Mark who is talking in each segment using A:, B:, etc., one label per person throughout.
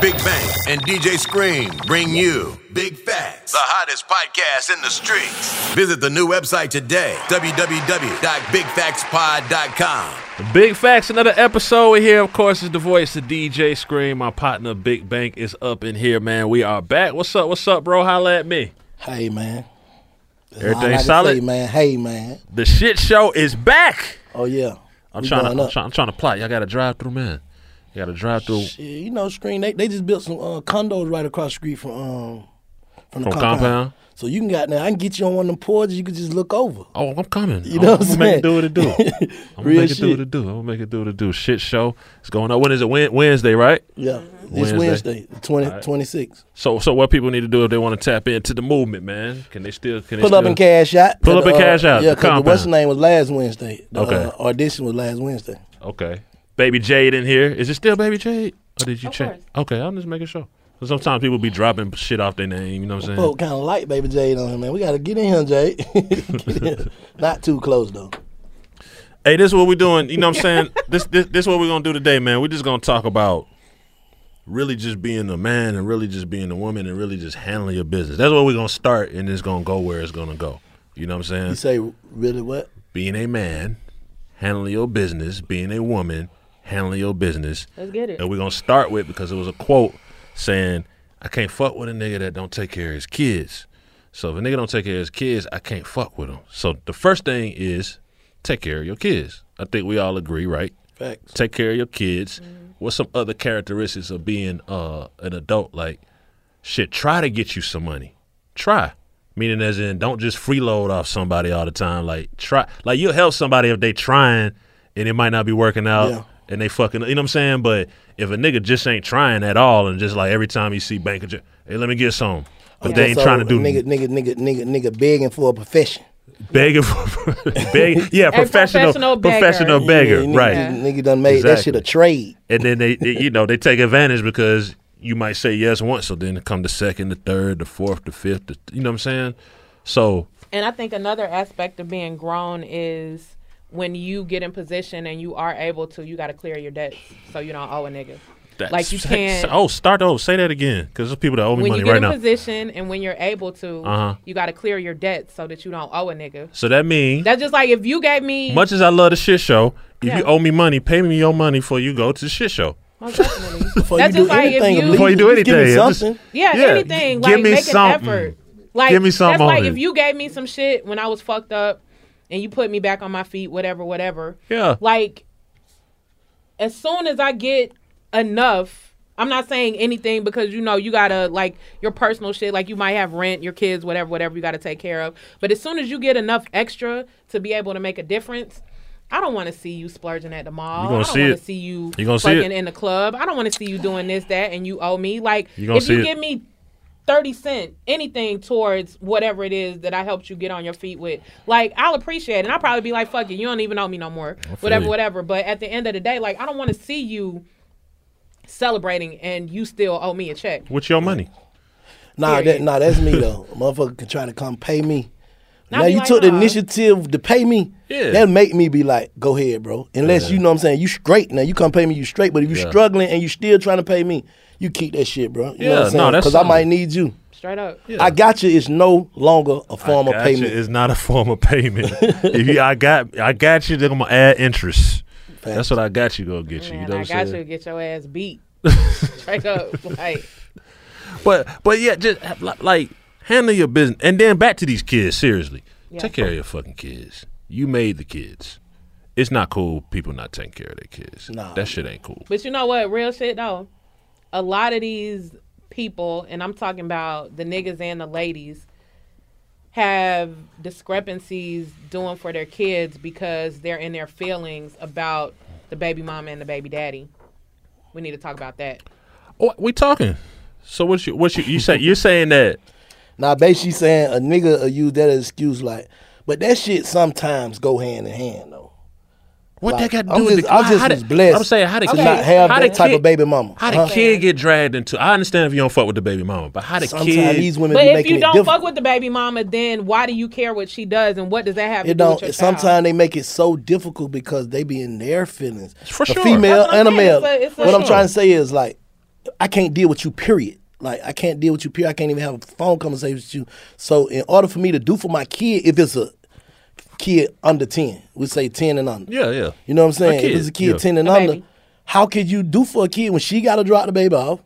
A: Big Bang and DJ Scream bring you Big Facts, the hottest podcast in the streets. Visit the new website today, www.bigfactspod.com.
B: Big facts, another episode here. Of course, is the voice of DJ Scream. My partner Big Bank is up in here, man. We are back. What's up? What's up, bro? Holla at me.
C: Hey man. That's all I
B: Everything
C: gotta
B: solid?
C: say, man. Hey man.
B: The shit show is back.
C: Oh yeah.
B: I'm
C: We
B: trying to.
C: going
B: I'm,
C: up.
B: try, I'm trying to plot. Y'all got a drive through, man. You got a drive through
C: Yeah, you know, screen. They, they just built some uh, condos right across the street from um from the
B: from
C: compound.
B: compound.
C: So you can got now. I can get you on one of them porches. You can just look over.
B: Oh, I'm coming.
C: You know
B: I'm,
C: what I'm
B: gonna make it
C: saying?
B: do what it do. I'm gonna
C: Real
B: make it do
C: shit.
B: what it do. I'm gonna make it do what it do. Shit show. It's going on. When is it? Wed- Wednesday, right?
C: Yeah. This
B: Wednesday.
C: Wednesday, the 20, 26.
B: So, so what people need to do if they want to tap into the movement, man? Can they still? Can they
C: Pull up
B: still-
C: and cash out.
B: Pull up and
C: Uh,
B: cash out,
C: Yeah,
B: the
C: because what's
B: compound.
C: the name was last Wednesday. The,
B: Okay.
C: uh, audition was last Wednesday.
B: Okay. Baby Jade in here. Is it still Baby Jade? Or did you change? Okay, I'm just making sure. 'Cause Sometimes people be dropping shit off their name, you know what I'm
D: Oh,
B: saying?
C: Folk kind of like Baby Jade on him, man. We gotta get in here, Jade. Get in. Not too close though.
B: Hey, this is what we're doing, you know what I'm saying? this, this this what we're gonna do today, man. We're just gonna talk about really just being a man and really just being a woman and really just handling your business. That's where we're gonna start and it's gonna go where it's gonna go. You know what I'm
C: You
B: saying?
C: say really what?
B: Being a man, handling your business, being a woman, handling your business.
D: Let's get it.
B: And we're gonna start with because it was a quote saying, "I can't fuck with a nigga that don't take care of his kids." So if a nigga don't take care of his kids, I can't fuck with him. So the first thing is take care of your kids. I think we all agree, right?
C: Facts.
B: Take care of your kids. What's some other characteristics of being uh, an adult? Like, shit, try to get you some money. Try. Meaning as in don't just freeload off somebody all the time. Like try like you'll help somebody if they trying and it might not be working out
C: Yeah.
B: and they fucking you know what I'm saying? But if a nigga just ain't trying at all and just like every time you see bank of J- hey, let me get some. But they ain't
C: So,
B: trying to do
C: nigga, nigga, nigga, nigga, nigga begging for a profession.
B: begging for beg, yeah, professional
D: professional beggar.
B: professional beggar,
C: nigga,
B: right.
C: Nigga done made that shit
B: Exactly.
C: a trade.
B: and then they, they- you know they take advantage because you might say yes once so then come the second the third the fourth the fifth the, you know what i'm saying so
D: And I think another aspect of being grown is when you get in position and you are able to, you got to clear your debts so you don't owe a nigga. like you
B: say-
D: can't.
B: oh start over say that again because there's people that owe me
D: when
B: money
D: you get
B: right
D: in
B: now
D: position and when you're able to,
B: Uh-huh.
D: you got to clear your debts so that you don't owe a nigga.
B: so that means
D: That's just like if you gave me
B: much as i love the shit show if you
D: Yeah.
B: owe me money pay me your money before you go to the shit show
D: Most definitely.
C: Before
D: That's
C: you do
D: just like if
C: anything,
D: you-
C: at
B: Before you
C: least
B: do
C: give me
B: anything, I'm just-
C: something.
D: Yeah,
B: Yeah,
D: anything.
B: give
D: Like
B: me
D: make
B: something.
D: an effort. Like
B: Give me something
D: That's like
B: on
D: if
B: it.
D: you gave me some shit when I was fucked up and you put me back on my feet, whatever, whatever.
B: Yeah.
D: Like as soon as I get enough, I'm not saying anything because you know you gotta like your personal shit, like you might have rent, your kids, whatever, whatever you gotta take care of. But as soon as you get enough extra to be able to make a difference, I don't want to see you splurging at the mall.
B: You gonna
D: I don't
B: see
D: wanna
B: it.
D: see you,
B: You gonna see it.
D: fucking in the club. I don't want to see you doing this, that, and you owe me. Like
B: You gonna
D: if you
B: see it.
D: give me 30 cent anything towards whatever it is that I helped you get on your feet with. Like I'll appreciate it. And I'll probably be like, fuck it, you don't even owe me no more. Whatever,
B: you.
D: whatever. But at the end of the day, like I don't want to see you celebrating and you still owe me a check.
B: With your money.
C: Nah, that,
D: Period.
C: nah, that's me though. Motherfucker can try to come pay me.
D: Not
C: now
D: be
C: you
D: like,
C: took the
D: "Aw."
C: initiative to pay me.
B: Yeah.
C: That make me be like, go ahead, bro. Unless you know what I'm saying, you straight. Now you come pay me, you straight. But if you
B: Yeah.
C: struggling and you still trying to pay me, you keep that shit, bro. You know
B: Yeah,
C: what
B: no,
C: I'm saying?
B: that's
C: Because I
B: something.
C: might need you.
D: Straight up.
C: I got you. It's no longer a form of
B: Gotcha
C: payment.
B: is not a form of payment. if you, I got, I got you. Then I'm gonna add interest. That's what I got you. Go get you. You
D: Man,
B: know
D: I
B: what I'm
D: got
B: saying?
D: you to get your ass beat. Straight up. Like
B: But but yeah, just ha- li- like handle your business, and then back to these kids. Seriously, take care of your fucking kids. You made the kids. It's not cool. People not taking care of their kids.
C: Nah.
B: That shit ain't cool.
D: But you know what? Real shit though. A lot of these people, and I'm talking about the niggas and the ladies, have discrepancies doing for their kids because they're in their feelings about the baby mama and the baby daddy. We need to talk about that.
B: Oh, we talking. So what's you what's you you say you're saying that
C: Now basically saying a nigga will use that as excuse like, but that shit sometimes go hand in hand though.
B: what
C: Like,
B: that got to
C: I'm
B: do with
C: just-
B: the
C: I
B: how-
C: just
B: how
C: was
B: the-
C: blessed
B: I'm saying how the
C: to
B: kid,
C: not have
B: how
C: that
B: the
C: type of
B: kid-
C: baby mama.
B: How
C: Huh?
B: the kid get dragged into? I understand if you don't fuck with the baby mama, but how the
C: Sometimes
B: kid?
C: these women
D: But
C: be
D: if
C: making
D: you
C: it
D: don't
C: difficult.
D: fuck with the baby mama, then why do you care what she does and what does that have to
C: It
D: do with
C: don't.
D: your child?
C: Sometimes they make it so difficult because they be in their feelings.
B: For
C: a
B: sure.
C: female
D: That's what I'm
C: and a male.
D: saying. It's a- it's a-
C: what I'm
D: Sure.
C: trying to say is like, I can't deal with you. Period. Like I can't deal with you. Period. I can't even have a phone conversation with you. So in order for me to do for my kid, if it's a kid under ten, we say ten and under.
B: Yeah, yeah.
C: You know what I'm saying?
B: kid,
C: if it's a kid
B: yeah.
C: ten and
D: A
C: under,
D: baby.
C: how could you do for a kid when she got to drop the baby off?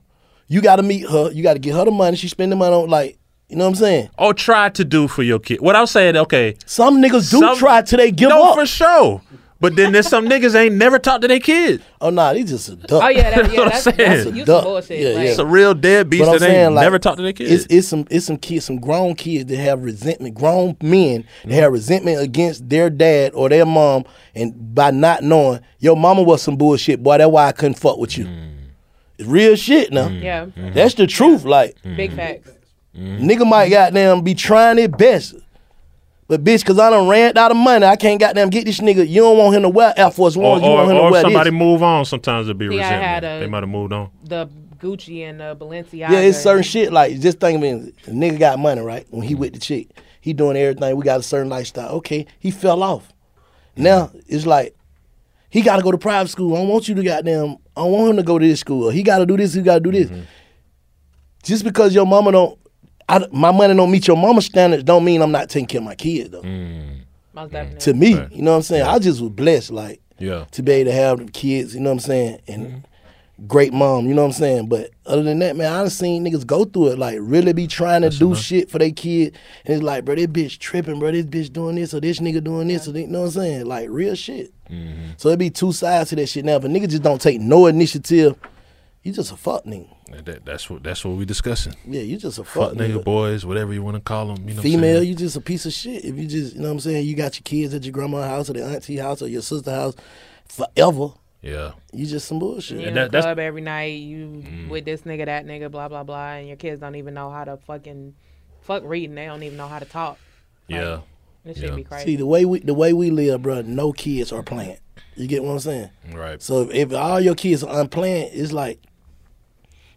C: You got to meet her. You got to get her the money. She spend the money on like. You know what I'm saying?
B: or try to do for your kid. What I'm saying, okay,
C: Some niggas do
B: Some-
C: try till they give
B: no
C: up.
B: for sure. But then there's some niggas ain't never talked to their kid.
C: Oh nah, they just a duck.
D: Oh yeah, that,
B: That's what
D: yeah
B: I'm
D: that's,
B: saying.
D: that's you some
C: Duh.
D: bullshit.
C: Yeah,
D: like,
C: yeah.
B: It's a real dead beast
C: But I'm
B: that
C: saying,
B: ain't
C: like,
B: never talked to their kids.
C: It's, it's some it's some kids, some grown kids that have resentment. Grown men that
B: Mm-hmm.
C: have resentment against their dad or their mom, and by not knowing your mama was some bullshit, boy. That's why I couldn't fuck with you.
B: Mm.
C: It's real shit now.
D: Yeah.
B: Mm-hmm.
D: Mm-hmm.
C: That's the truth. Like
D: Big facts.
C: nigga might goddamn be trying their best. But bitch, cause I done ran out of money, I can't goddamn get this nigga. You don't want him to wear Air Force
B: or,
C: Ones. you
B: or,
C: want him
B: or
C: to
B: if
C: wear
B: somebody
C: this.
B: move on, sometimes it'll be
D: See, I
B: resentment.
D: had a-
B: they might have moved on.
D: The Gucci and the Balenciaga.
C: Yeah, it's certain shit. Like just think of it. The nigga got money, right? When he with the chick, he doing everything. We got a certain lifestyle. Okay, he fell off. Now it's like he got to go to private school. I don't want you to goddamn. I don't want him to go to this school. He got to do this. He got to do this. Just because your mama don't, I, my money don't meet your mama's standards, don't mean I'm not taking care of my kid though.
D: Most definitely.
C: To me, you know what I'm saying. I just was blessed, like
B: Yeah.
C: to be able to have them kids, you know what I'm saying, and great mom, you know what I'm saying. But other than that, man, I done seen niggas go through it, like really be trying to do shit for their kid, and it's like, bro, this bitch tripping, bro, this bitch doing this or this nigga doing this, or this, you know what I'm saying, like real shit. So it be two sides to that shit now. If a nigga just don't take no initiative, you just a fuck nigga.
B: And that- that's what that's what we discussing.
C: Yeah, you just a fuck,
B: Fuck
C: nigga.
B: nigga, boys, whatever you want to call them. You know, what I'm
C: Female,
B: saying?
C: you just a piece of shit. If you just, you know what I'm saying, you got your kids at your grandma's house or the auntie house or your sister house forever.
B: Yeah,
C: You just some bullshit.
D: You
B: And
D: in
B: that-
D: the
B: that's- Mm.
D: club every night, you with this nigga, that nigga, blah blah blah, and your kids don't even know how to fucking fuck reading. They don't even know how to talk.
B: yeah.
D: This
B: Yeah.
D: shit be
C: See
D: crazy.
C: the way we the way we live, bro. No kids are planned. You get what I'm saying?
B: Right.
C: So if, if all your kids are unplanned, it's like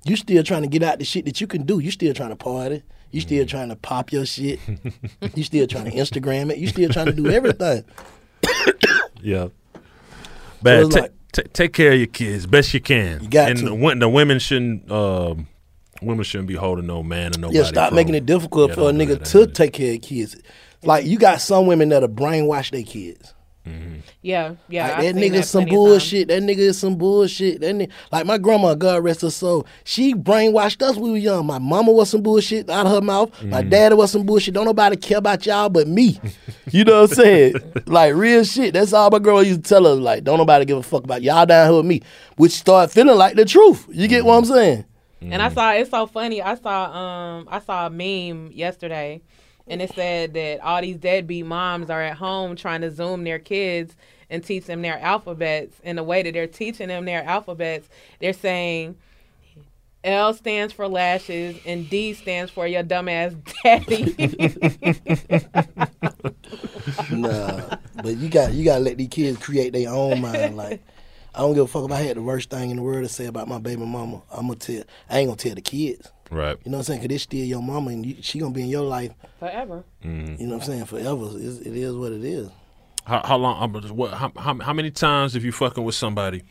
C: you still trying to get out the shit that you can do. You still trying to party. You still trying to pop your shit. you still trying to Instagram it. You still trying to do everything.
B: Yeah. Bad.
C: it's
B: ta-
C: like-
B: ta- take care of your kids best you can. You
C: got
B: and
C: to.
B: The, wo- the women shouldn't. Um, women shouldn't be holding no man or nobody.
C: Yeah, stop
B: from-
C: making it difficult
B: Yeah,
C: for a
B: don't do
C: nigga
B: that,
C: to
B: ain't it?
C: take care of kids. Like you got some women that'll brainwash their kids.
D: Yeah, yeah.
C: Like, that nigga
D: I've seen
C: some
D: plenty of times.
C: bullshit. That nigga is some bullshit. That nigga, like my grandma, God rest her soul, she brainwashed us when we were young. My mama was some bullshit out of her mouth. My
B: Mm-hmm.
C: daddy was some bullshit. Don't nobody care about y'all but me. You know what I'm saying? like real shit. That's all my grandma used to tell us. Like, don't nobody give a fuck about y'all down here with me. Which start feeling like the truth. You get
B: Mm-hmm.
C: what I'm saying?
D: And
C: Mm.
D: I saw it's so funny. I saw um I saw a meme yesterday, and it said that all these deadbeat moms are at home trying to zoom their kids and teach them their alphabets. And the way that they're teaching them their alphabets, they're saying L stands for lashes, and D stands for your dumbass daddy.
C: Nah, but you got you got to let these kids create their own mind. Like, I don't give a fuck if I had the worst thing in the world to say about my baby mama. I'm gonna tell. I ain't gonna tell the kids.
B: Right.
C: You know what I'm saying? Cause it's still your mama, and you, she gonna be in your life.
D: Forever.
C: You know what I'm saying? Forever. It's, it is what it is.
B: How, how long? I'm just- What? How, how, how many times if you fucking with somebody,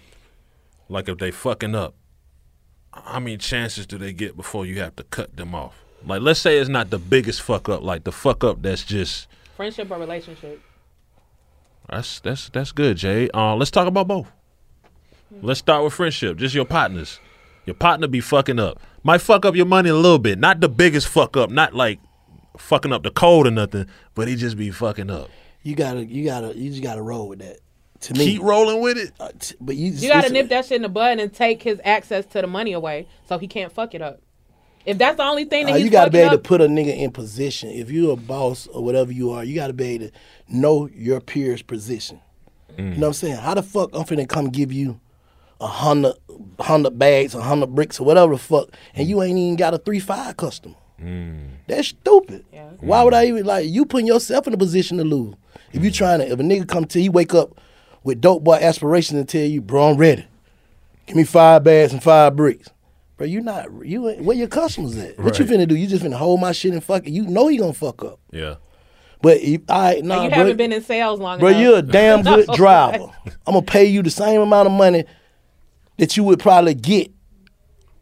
B: like if they fucking up, how many chances do they get before you have to cut them off? Like, let's say it's not the biggest fuck up, like the fuck up that's just
D: Friendship or relationship.
B: that's that's that's good, Jay. Uh, let's talk about both. Let's start with friendship. Just your partners. Your partner be fucking up. Might fuck up your money a little bit. Not the biggest fuck up. Not like fucking up the code or nothing. But he just be fucking up.
C: You gotta you gotta you just gotta roll with that. To me,
B: Keep rolling with it.
C: uh, t- but you
D: You gotta
C: it's-
D: nip that shit in the bud and take his access to the money away so he can't fuck it up. If that's the only thing that
C: Uh,
D: he's
C: you gotta be
D: fucking
C: able to
D: up,
C: put a nigga in position. If you're a boss or whatever you are, you gotta be able to know your peers' position. You know what I'm saying? How the fuck I'm finna come give you a hundred hundred bags, a hundred bricks, or whatever the fuck, and you ain't even got a three five customer. That's stupid. Why would I even like you putting yourself in a position to lose? If you trying to, if a nigga come to, he wake up with dope boy aspirations and tell you, bro, I'm ready. Give me five bags and five bricks. Bro, you not you ain't where your customers at? What you
B: Right.
C: finna do? You just finna hold my shit and fuck it. You know he gonna fuck up.
B: Yeah.
C: But if I nah,
D: you
C: bro,
D: haven't been in sales long
C: bro,
D: enough.
C: you're a damn good driver. I'm gonna pay you the same amount of money that you would probably get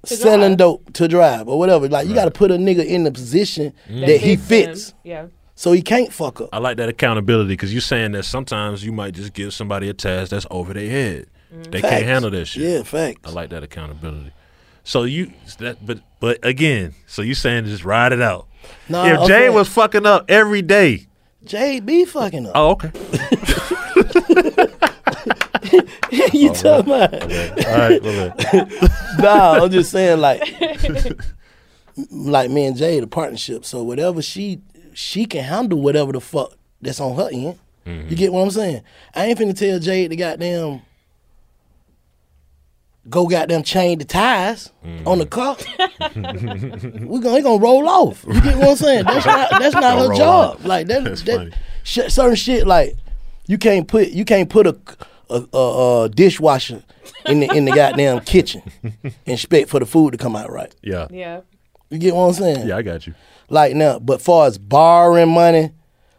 C: selling
D: drive.
C: dope to drive or whatever. Like you gotta put a nigga in the position that, he fits.
D: Him. Yeah.
C: So he can't fuck up.
B: I like that accountability because you're saying that sometimes you might just give somebody a task that's over their head. They can't
C: Facts.
B: handle that shit.
C: Yeah, facts.
B: I like that accountability. So you that but but again, so you saying just ride it out.
C: Nah,
B: if Jay
C: okay.
B: was fucking up every day.
C: Jay be fucking up.
B: Oh, okay.
C: you talking about?
B: All right, my bad.
C: nah, I'm just saying like, like me and Jay, the partnership. So whatever she she can handle whatever the fuck that's on her end.
B: Mm-hmm.
C: You get what I'm saying? I ain't finna tell Jade to goddamn go goddamn chain the ties
B: Mm-hmm.
C: on the car. we gonna it gonna roll off. You get what I'm saying? That's not that's not her
B: roll
C: job.
B: off.
C: Like that,
B: That's funny.
C: that sh- certain shit like you can't put you can't put a a, a, a dishwasher in the in the goddamn kitchen and expect for the food to come out right.
B: Yeah. yeah.
D: Yeah.
C: You get what I'm saying?
B: I got you.
C: Like now, but far as borrowing money,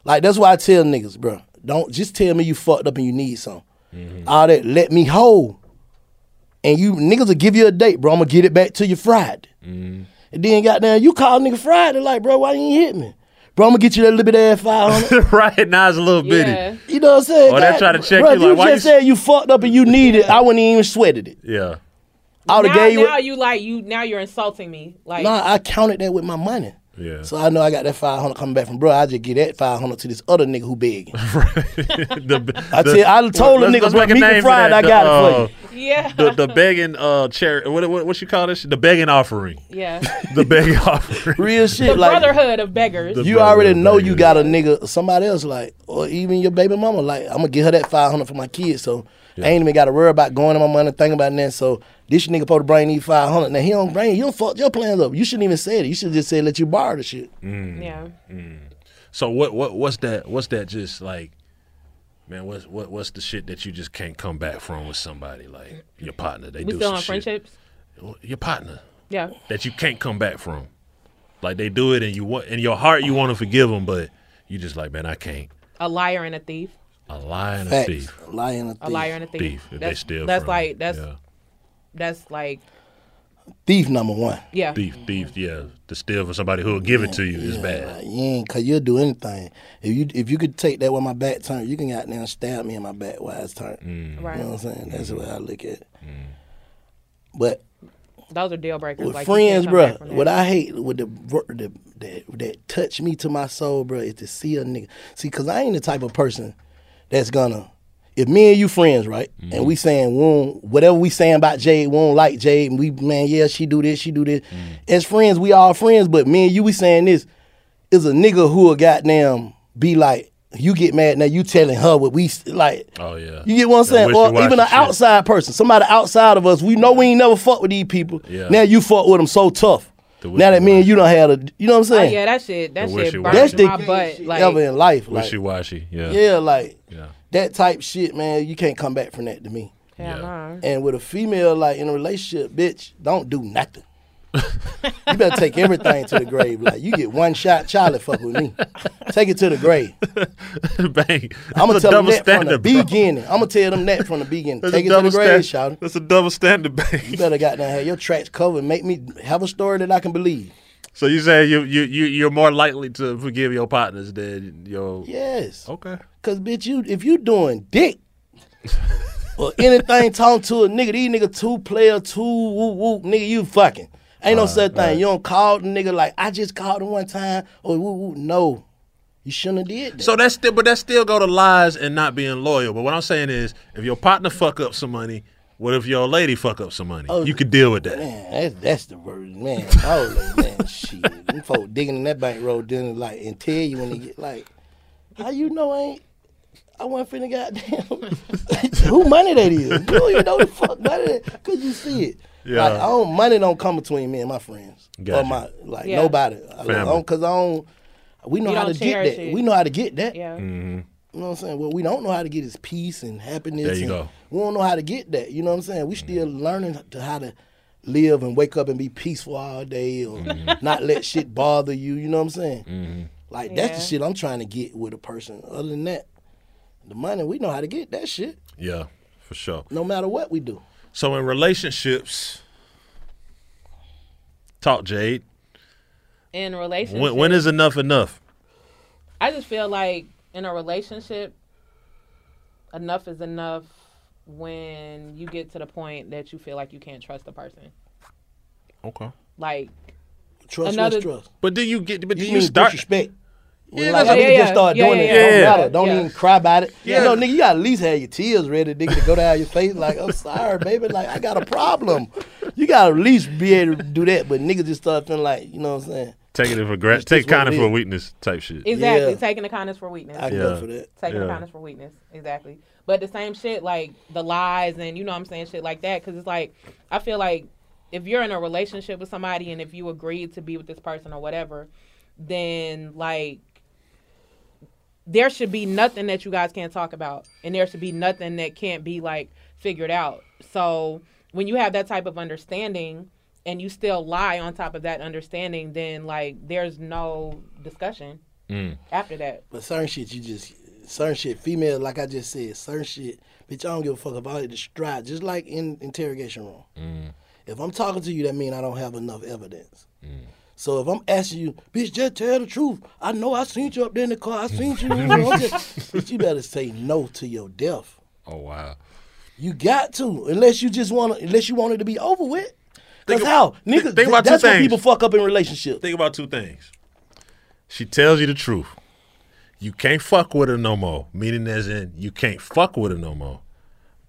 C: like that's why I tell niggas, bro, don't just tell me you fucked up and you need some.
B: Mm-hmm.
C: All that let me hold. And you niggas will give you a date, bro. I'm gonna get it back to you Friday.
B: Mm-hmm.
C: And then goddamn, you call nigga Friday, like, bro, why you ain't hit me? Bro, I'm gonna get you that little bit of five hundred.
B: right now it's a little
D: Yeah.
B: bitty.
C: You know what I'm saying?
B: Oh, they
C: God-
B: try to check
C: bro,
B: you,
C: if
B: like, why
C: just
B: you-
C: said you fucked up and you need it. I wouldn't even sweated it.
B: Yeah.
C: I would have
D: Now,
C: gave you.
D: now you like you now you're insulting me. Like
C: Nah, I counted that with my money.
B: Yeah.
C: So I know I got that five hundred coming back from bro. I just get that five hundred to this other nigga who begging.
B: The,
C: I tell, I told the
B: let's-
C: niggas
B: let's
C: when
B: make a
C: meat
B: name
C: and
B: for
C: fried,
B: that.
C: I
B: The,
C: got
B: uh,
C: it for
D: Yeah.
B: The the begging uh charity what what what you call this? The begging offering.
D: yeah.
B: The begging offering.
C: you. Real shit,
D: The
C: like
D: brotherhood of beggars.
B: The-
C: you already
B: Brother,
C: know
B: brother.
C: you got a nigga, somebody else, like, or even your baby mama, like, I'm gonna get her that five hundred for my kids, so I ain't even got to worry about going to my money, thinking about that. So this nigga supposed to bring these five hundred. Now he don't bring, you don't fuck your plans up. You shouldn't even say it. You should just say let you borrow the shit.
D: yeah.
B: So what what what's that what's that just like man, what's what what's the shit that you just can't come back from with somebody like your partner? They
D: We
B: do
D: still
B: some
D: on
B: shit-
D: friendships?
B: Your partner
D: Yeah.
B: that you can't come back from. Like they do it and you want in your heart you want to forgive them, but you just like, man, I can't.
D: A liar and a thief.
B: A liar and a
C: Facts.
B: thief.
C: Lying a thief.
D: A liar and a thief.
B: Thief. If they
D: That's,
B: steal
D: that's
B: from you.
D: like that's
B: yeah.
D: that's like
C: thief number one.
D: yeah.
B: thief, thief, yeah. To steal from somebody who'll give it to you is bad.
C: You ain't, cause you'll do anything. If you if you could take that with my back turned, you can out there and stab me in my back while it's turned.
B: Mm.
D: Right.
C: You know what I'm saying? That's the
B: Mm-hmm.
C: way I look at it.
B: Mm.
C: But
D: Those are deal breakers.
C: with
D: like, you
C: friends,
D: can't come back
C: bro,
D: from that.
C: what I hate with the, bro- the that, that touch me to my soul, bro, is to see a nigga. See, cause I ain't the type of person that's gonna. If me and you friends, right,
B: Mm-hmm.
C: and we saying we don't, whatever we saying about Jade, we don't like Jade, and we man, yeah, she do this, she do this.
B: Mm.
C: As friends, we all friends, but me and you, we saying this is a nigga who a goddamn be like, you get mad now. You telling her what we s- like.
B: Oh, yeah.
C: You get what I'm
B: That
C: saying, or
B: wishy-washy
C: even an
B: shit.
C: outside person, somebody outside of us. We know we ain't never fuck with these people.
B: Yeah.
C: Now you fuck with them so tough. Now that mean you don't have a. You know what I'm
D: Oh,
C: saying?
D: yeah, that shit. That
B: The
D: shit
B: wishy-washy.
C: That's
D: burns
C: the
D: my butt.
C: shit
D: Like,
C: ever in life. Like,
B: Wishy washy. Yeah.
C: yeah, like
B: Yeah.
C: that type shit, man. You can't come back from that to me.
D: hell
B: Yeah.
D: nah.
C: And with a female, like in a relationship, bitch, don't do nothing. you better take everything to the grave. Like you get one shot, Charlie, fuck with me. Take it to the grave.
B: Bang.
C: I'm gonna
B: That's a
C: tell them that
B: double
C: from the
B: standard, bro.
C: beginning. I'm gonna tell them that from the beginning.
B: That's
C: Take
B: a
C: it to
B: double
C: the grave,
B: stand-
C: shout.
B: That's a double standard,
C: You
B: bang.
C: better goddamn have your tracks covered. Make me have a story that I can believe.
B: So you say you you you you're more likely to forgive your partners than your
C: Yes.
B: okay.
C: Cause bitch, you if you doing dick or anything talking to a nigga, these nigga two player, two whoop whoop, nigga, you fucking. Ain't no such thing. You don't call the nigga like I just called him one time or whoop whoop. No. You shouldn't have did that.
B: So that's still, but that still go to lies and not being loyal. But what I'm saying is, if your partner fuck up some money, what if your lady fuck up some money?
C: Oh,
B: you could deal with that.
C: Man, that's, that's the word, man. I was like, man, shit. Them folk digging in that bankroll, then like, and tell you when they get like, how you know I ain't, I wasn't finna goddamn, who money that is? You don't even know the fuck money that, cause you see it.
B: Yeah.
C: Like, I don't, money don't come between me and my friends. Or
B: Gotcha.
C: my, like,
D: Yeah.
C: nobody. I
B: Family.
C: don't, cause I don't, we know
D: You
C: how to
D: don't
C: get
D: cherish
C: that.
D: it.
C: We know how to get that.
D: Yeah.
B: Mm.
C: You know what I'm saying? What we don't know how to get is peace and happiness.
B: There you
C: and
B: go. Mm-hmm.
C: We don't know how to get that. You know what I'm saying? We still learning to how to live and wake up and be peaceful all day or
B: Mm-hmm.
C: not let shit bother you. You know what I'm saying? Like that's the
D: Yeah.
C: shit I'm trying to get with a person. Other than that, the money we know how to get that shit.
B: Yeah, for sure.
C: No matter what we do.
B: So in relationships, talk Jade.
D: In relationships,
B: When, when is enough enough?
D: I just feel like in a relationship, enough is enough when you get to the point that you feel like you can't trust the person.
B: Okay.
D: Like,
C: Trust,
D: Another-
C: trust, trust.
B: But then you get, but
C: You,
B: then
C: mean
B: you start.
C: disrespect? When,
B: Yeah,
C: like,
B: that's what-
C: niggas
D: Yeah,
C: just start
D: yeah,
C: doing
D: yeah,
C: it. Don't
B: yeah.
C: matter. Don't
D: Yeah.
C: even cry about it.
B: Yeah.
C: You know, nigga, you gotta at least have your tears ready, nigga, to go down your face. Like, I'm sorry, baby. Like, I got a problem. You gotta at least be able to do that. But niggas just start feeling like, you know what I'm saying?
B: Taking it for granted,
C: It's just
B: take kind
C: what
B: of
C: it
B: for
C: is.
B: weakness type shit.
D: exactly
C: Yeah.
D: taking the kindness for weakness.
C: I can
B: Yeah.
C: go for that.
D: taking
B: Yeah.
D: kindness for weakness. Exactly. But the same shit, like the lies and you know what I'm saying, shit like that. Because it's like, I feel like if you're in a relationship with somebody and if you agreed to be with this person or whatever, then like there should be nothing that you guys can't talk about and there should be nothing that can't be like figured out so when you have that type of understanding and you still lie on top of that understanding then like there's no discussion after that
C: But certain shit you just certain shit, female, like I just said, certain shit, bitch, I don't give a fuck about it. The stride, just like in interrogation room.
B: Mm.
C: If I'm talking to you, that mean I don't have enough evidence.
B: Mm.
C: So if I'm asking you, bitch, just tell the truth. I know I seen you up there in the car. I seen you. you know, I'm just- bitch, you better say no to your death.
B: Oh wow.
C: You got to, unless you just want, to unless you want it to be over with. Cause how niggas?
B: think about two
C: that's when
B: things.
C: people fuck up in relationships.
B: Think about two things. She tells you the truth. You can't fuck with her no more. Meaning as in you can't fuck with her no more.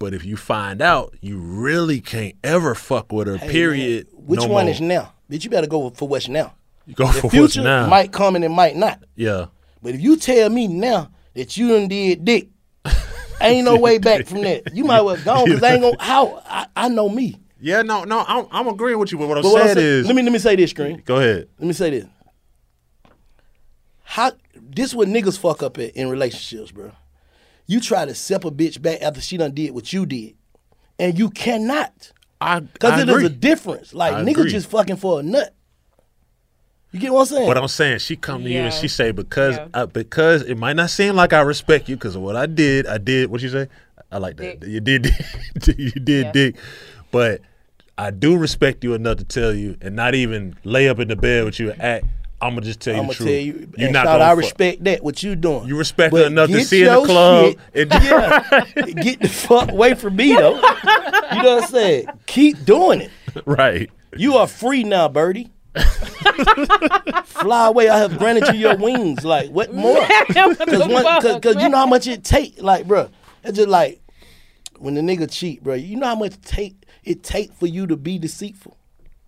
B: But if you find out, you really can't ever fuck with her. period.
C: Which
B: no
C: one
B: more.
C: is now? Bitch, you better go for what's now.
B: You go
C: The
B: for what's
C: future
B: now.
C: might come and it might not.
B: yeah.
C: But if you tell me now that you done did dick, ain't no way back from that. You might well gone because I ain't gonna how I, I know me.
B: Yeah, no, no, I'm, I'm agreeing with you, but what I'm
C: But
B: saying
C: what I'm saying,
B: is
C: let me let me say this, Green.
B: go ahead.
C: Let me say this. How this what niggas fuck up at in relationships, bro. You try to sep a bitch back after she done did what you did. And you cannot.
B: I I
C: Because it is
B: agree.
C: a difference. Like
B: I
C: niggas
B: agree.
C: just fucking for a nut. You get what I'm saying?
B: But I'm saying she come to you and
D: Yeah.
B: she say because
D: Yeah.
B: uh, because it might not seem like I respect you because of what I did. I did what you say. I like that
D: Dick.
B: you did you did
D: Yeah.
B: dick, but I do respect you enough to tell you and not even lay up in the bed with you and act. I'm gonna just tell you
C: I'm
B: the
C: gonna
B: truth.
C: tell you,
B: You're
C: and
B: not
C: shout,
B: gonna
C: I
B: fuck.
C: respect that what you doing.
B: You respect her
C: But
B: enough to
C: get
B: see in the
C: your
B: club
C: shit-
B: and
C: yeah, get the fuck away from me though. You know what I'm saying? Keep doing it.
B: right.
C: You are free now, Birdie. Fly away. I have granted you your wings. Like what more? Cause, one, cause, 'cause you know how much it take, like, bruh. It's just like when the nigga cheat, bruh. You know how much take it take for you to be deceitful.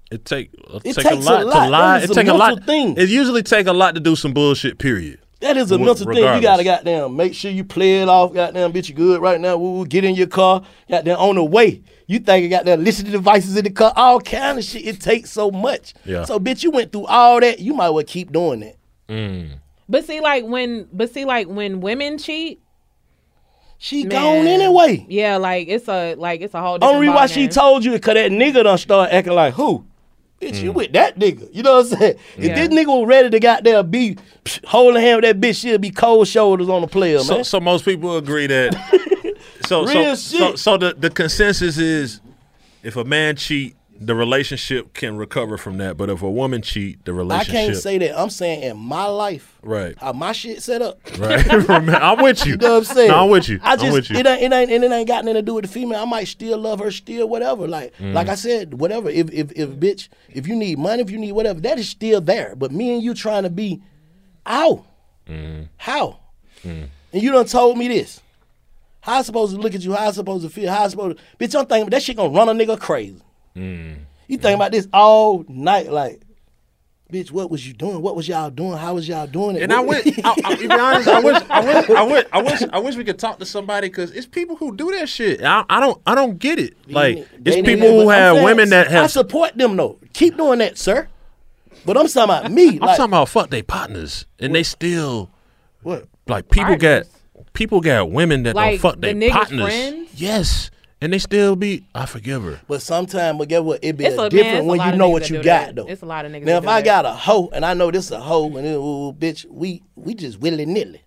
B: It take it,
C: It
B: take a
C: takes a
B: lot,
C: lot.
B: to lie.
C: That is
B: It
C: a
B: take a lot.
C: mental thing.
B: It usually take a lot to do some bullshit. Period.
C: That is a
B: Wa-
C: mental thing. You gotta
B: regardless.
C: goddamn make sure you play it off. Goddamn, bitch, you good right now. Woo, woo, get in your car. Goddamn, on the way, you think you goddamn listening devices in the car, all kind of shit. It takes so much.
B: Yeah.
C: So, bitch, you went through all that. You might well keep doing that.
D: But see, like when, but see, like when women cheat,
C: She
D: Man.
C: gone anyway.
D: yeah, like it's a like it's a whole. different
C: Only reason why she
D: ballgame.
C: told you is because that nigga done start acting like who? Bitch,
B: Mm.
C: you with that nigga. You know what I'm saying? If
D: Yeah.
C: this nigga was ready to goddamn be psh, holding hand with that bitch, she'll be cold shoulders on the player,
B: So,
C: man.
B: so most people agree that. So, so,
C: Real
B: so,
C: shit.
B: so the, the consensus is, if a man cheat, the relationship can recover from that. But if a woman cheat, the
C: I
B: relationship.
C: can't say that. I'm saying in my life,
B: Right.
C: how my shit set up.
B: Right. I'm with you.
C: You know what I'm saying?
B: No, I'm with you.
C: I just
B: am with you.
C: it ain't it ain't and it ain't got nothing to do with the female. I might still love her, still whatever. Like
B: Mm.
C: like I said, whatever. If if if bitch, if you need money, if you need whatever, that is still there. But me and you trying to be, ow,
B: Mm.
C: how, and you done told me this. How I supposed to look at you? How I supposed to feel? How I supposed to? Bitch, I'm thinking that shit gonna run a nigga crazy.
B: Mm.
C: You think about this all night, like. Bitch, what was you doing? What was y'all doing? How was y'all doing it?
B: And I
C: What-
B: wish, I, I, to be honest, I wish, I wish, I wish, I wish, I wish we could talk to somebody because it's people who do that shit. I, I don't, I don't get it. Like it's
C: They need
B: people
C: it,
B: who
C: but I'm
B: have
C: saying,
B: women that
C: I
B: have.
C: support them though. Keep doing that, sir. But I'm talking about me.
B: I'm
C: like,
B: talking about fuck they partners and they still
C: what?
B: like people
D: Partners?
B: got people got women that
D: Like,
B: don't fuck
D: the
B: they
D: niggas
B: partners.
D: friends?
B: Yes, and they still be. I forgive her.
C: But sometimes, but guess what? It be
D: It's a- man,
C: different
D: it's a
C: when
D: lot
C: you
D: of
C: know
D: niggas
C: what
D: that
C: you
D: do
C: got
D: that.
C: though.
D: It's a lot of niggas
C: Now,
D: that
C: if
D: do
C: I
D: that.
C: got a hoe and I know this a hoe and then ooh, bitch, we we just willy nilly.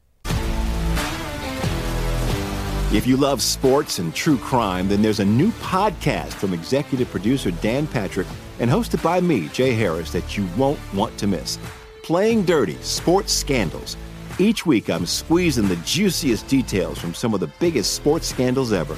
E: If you love sports and true crime, then there's a new podcast from executive producer Dan Patrick and hosted by me, Jay Harris, that you won't want to miss. Playing Dirty Sports Scandals. Each week, I'm squeezing the juiciest details from some of the biggest sports scandals ever.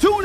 F: Tune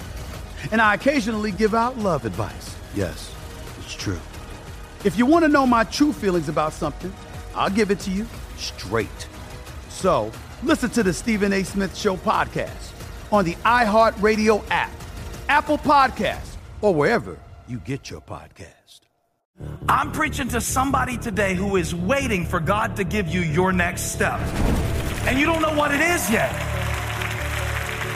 F: And I occasionally give out love advice. Yes, it's true. If you want to know my true feelings about something, I'll give it to you straight. So, listen to the Stephen A. Smith Show podcast on the iHeartRadio app, Apple Podcasts, or wherever you get your podcast.
G: I'm preaching to somebody today who is waiting for God to give you your next step. And you don't know what it is yet.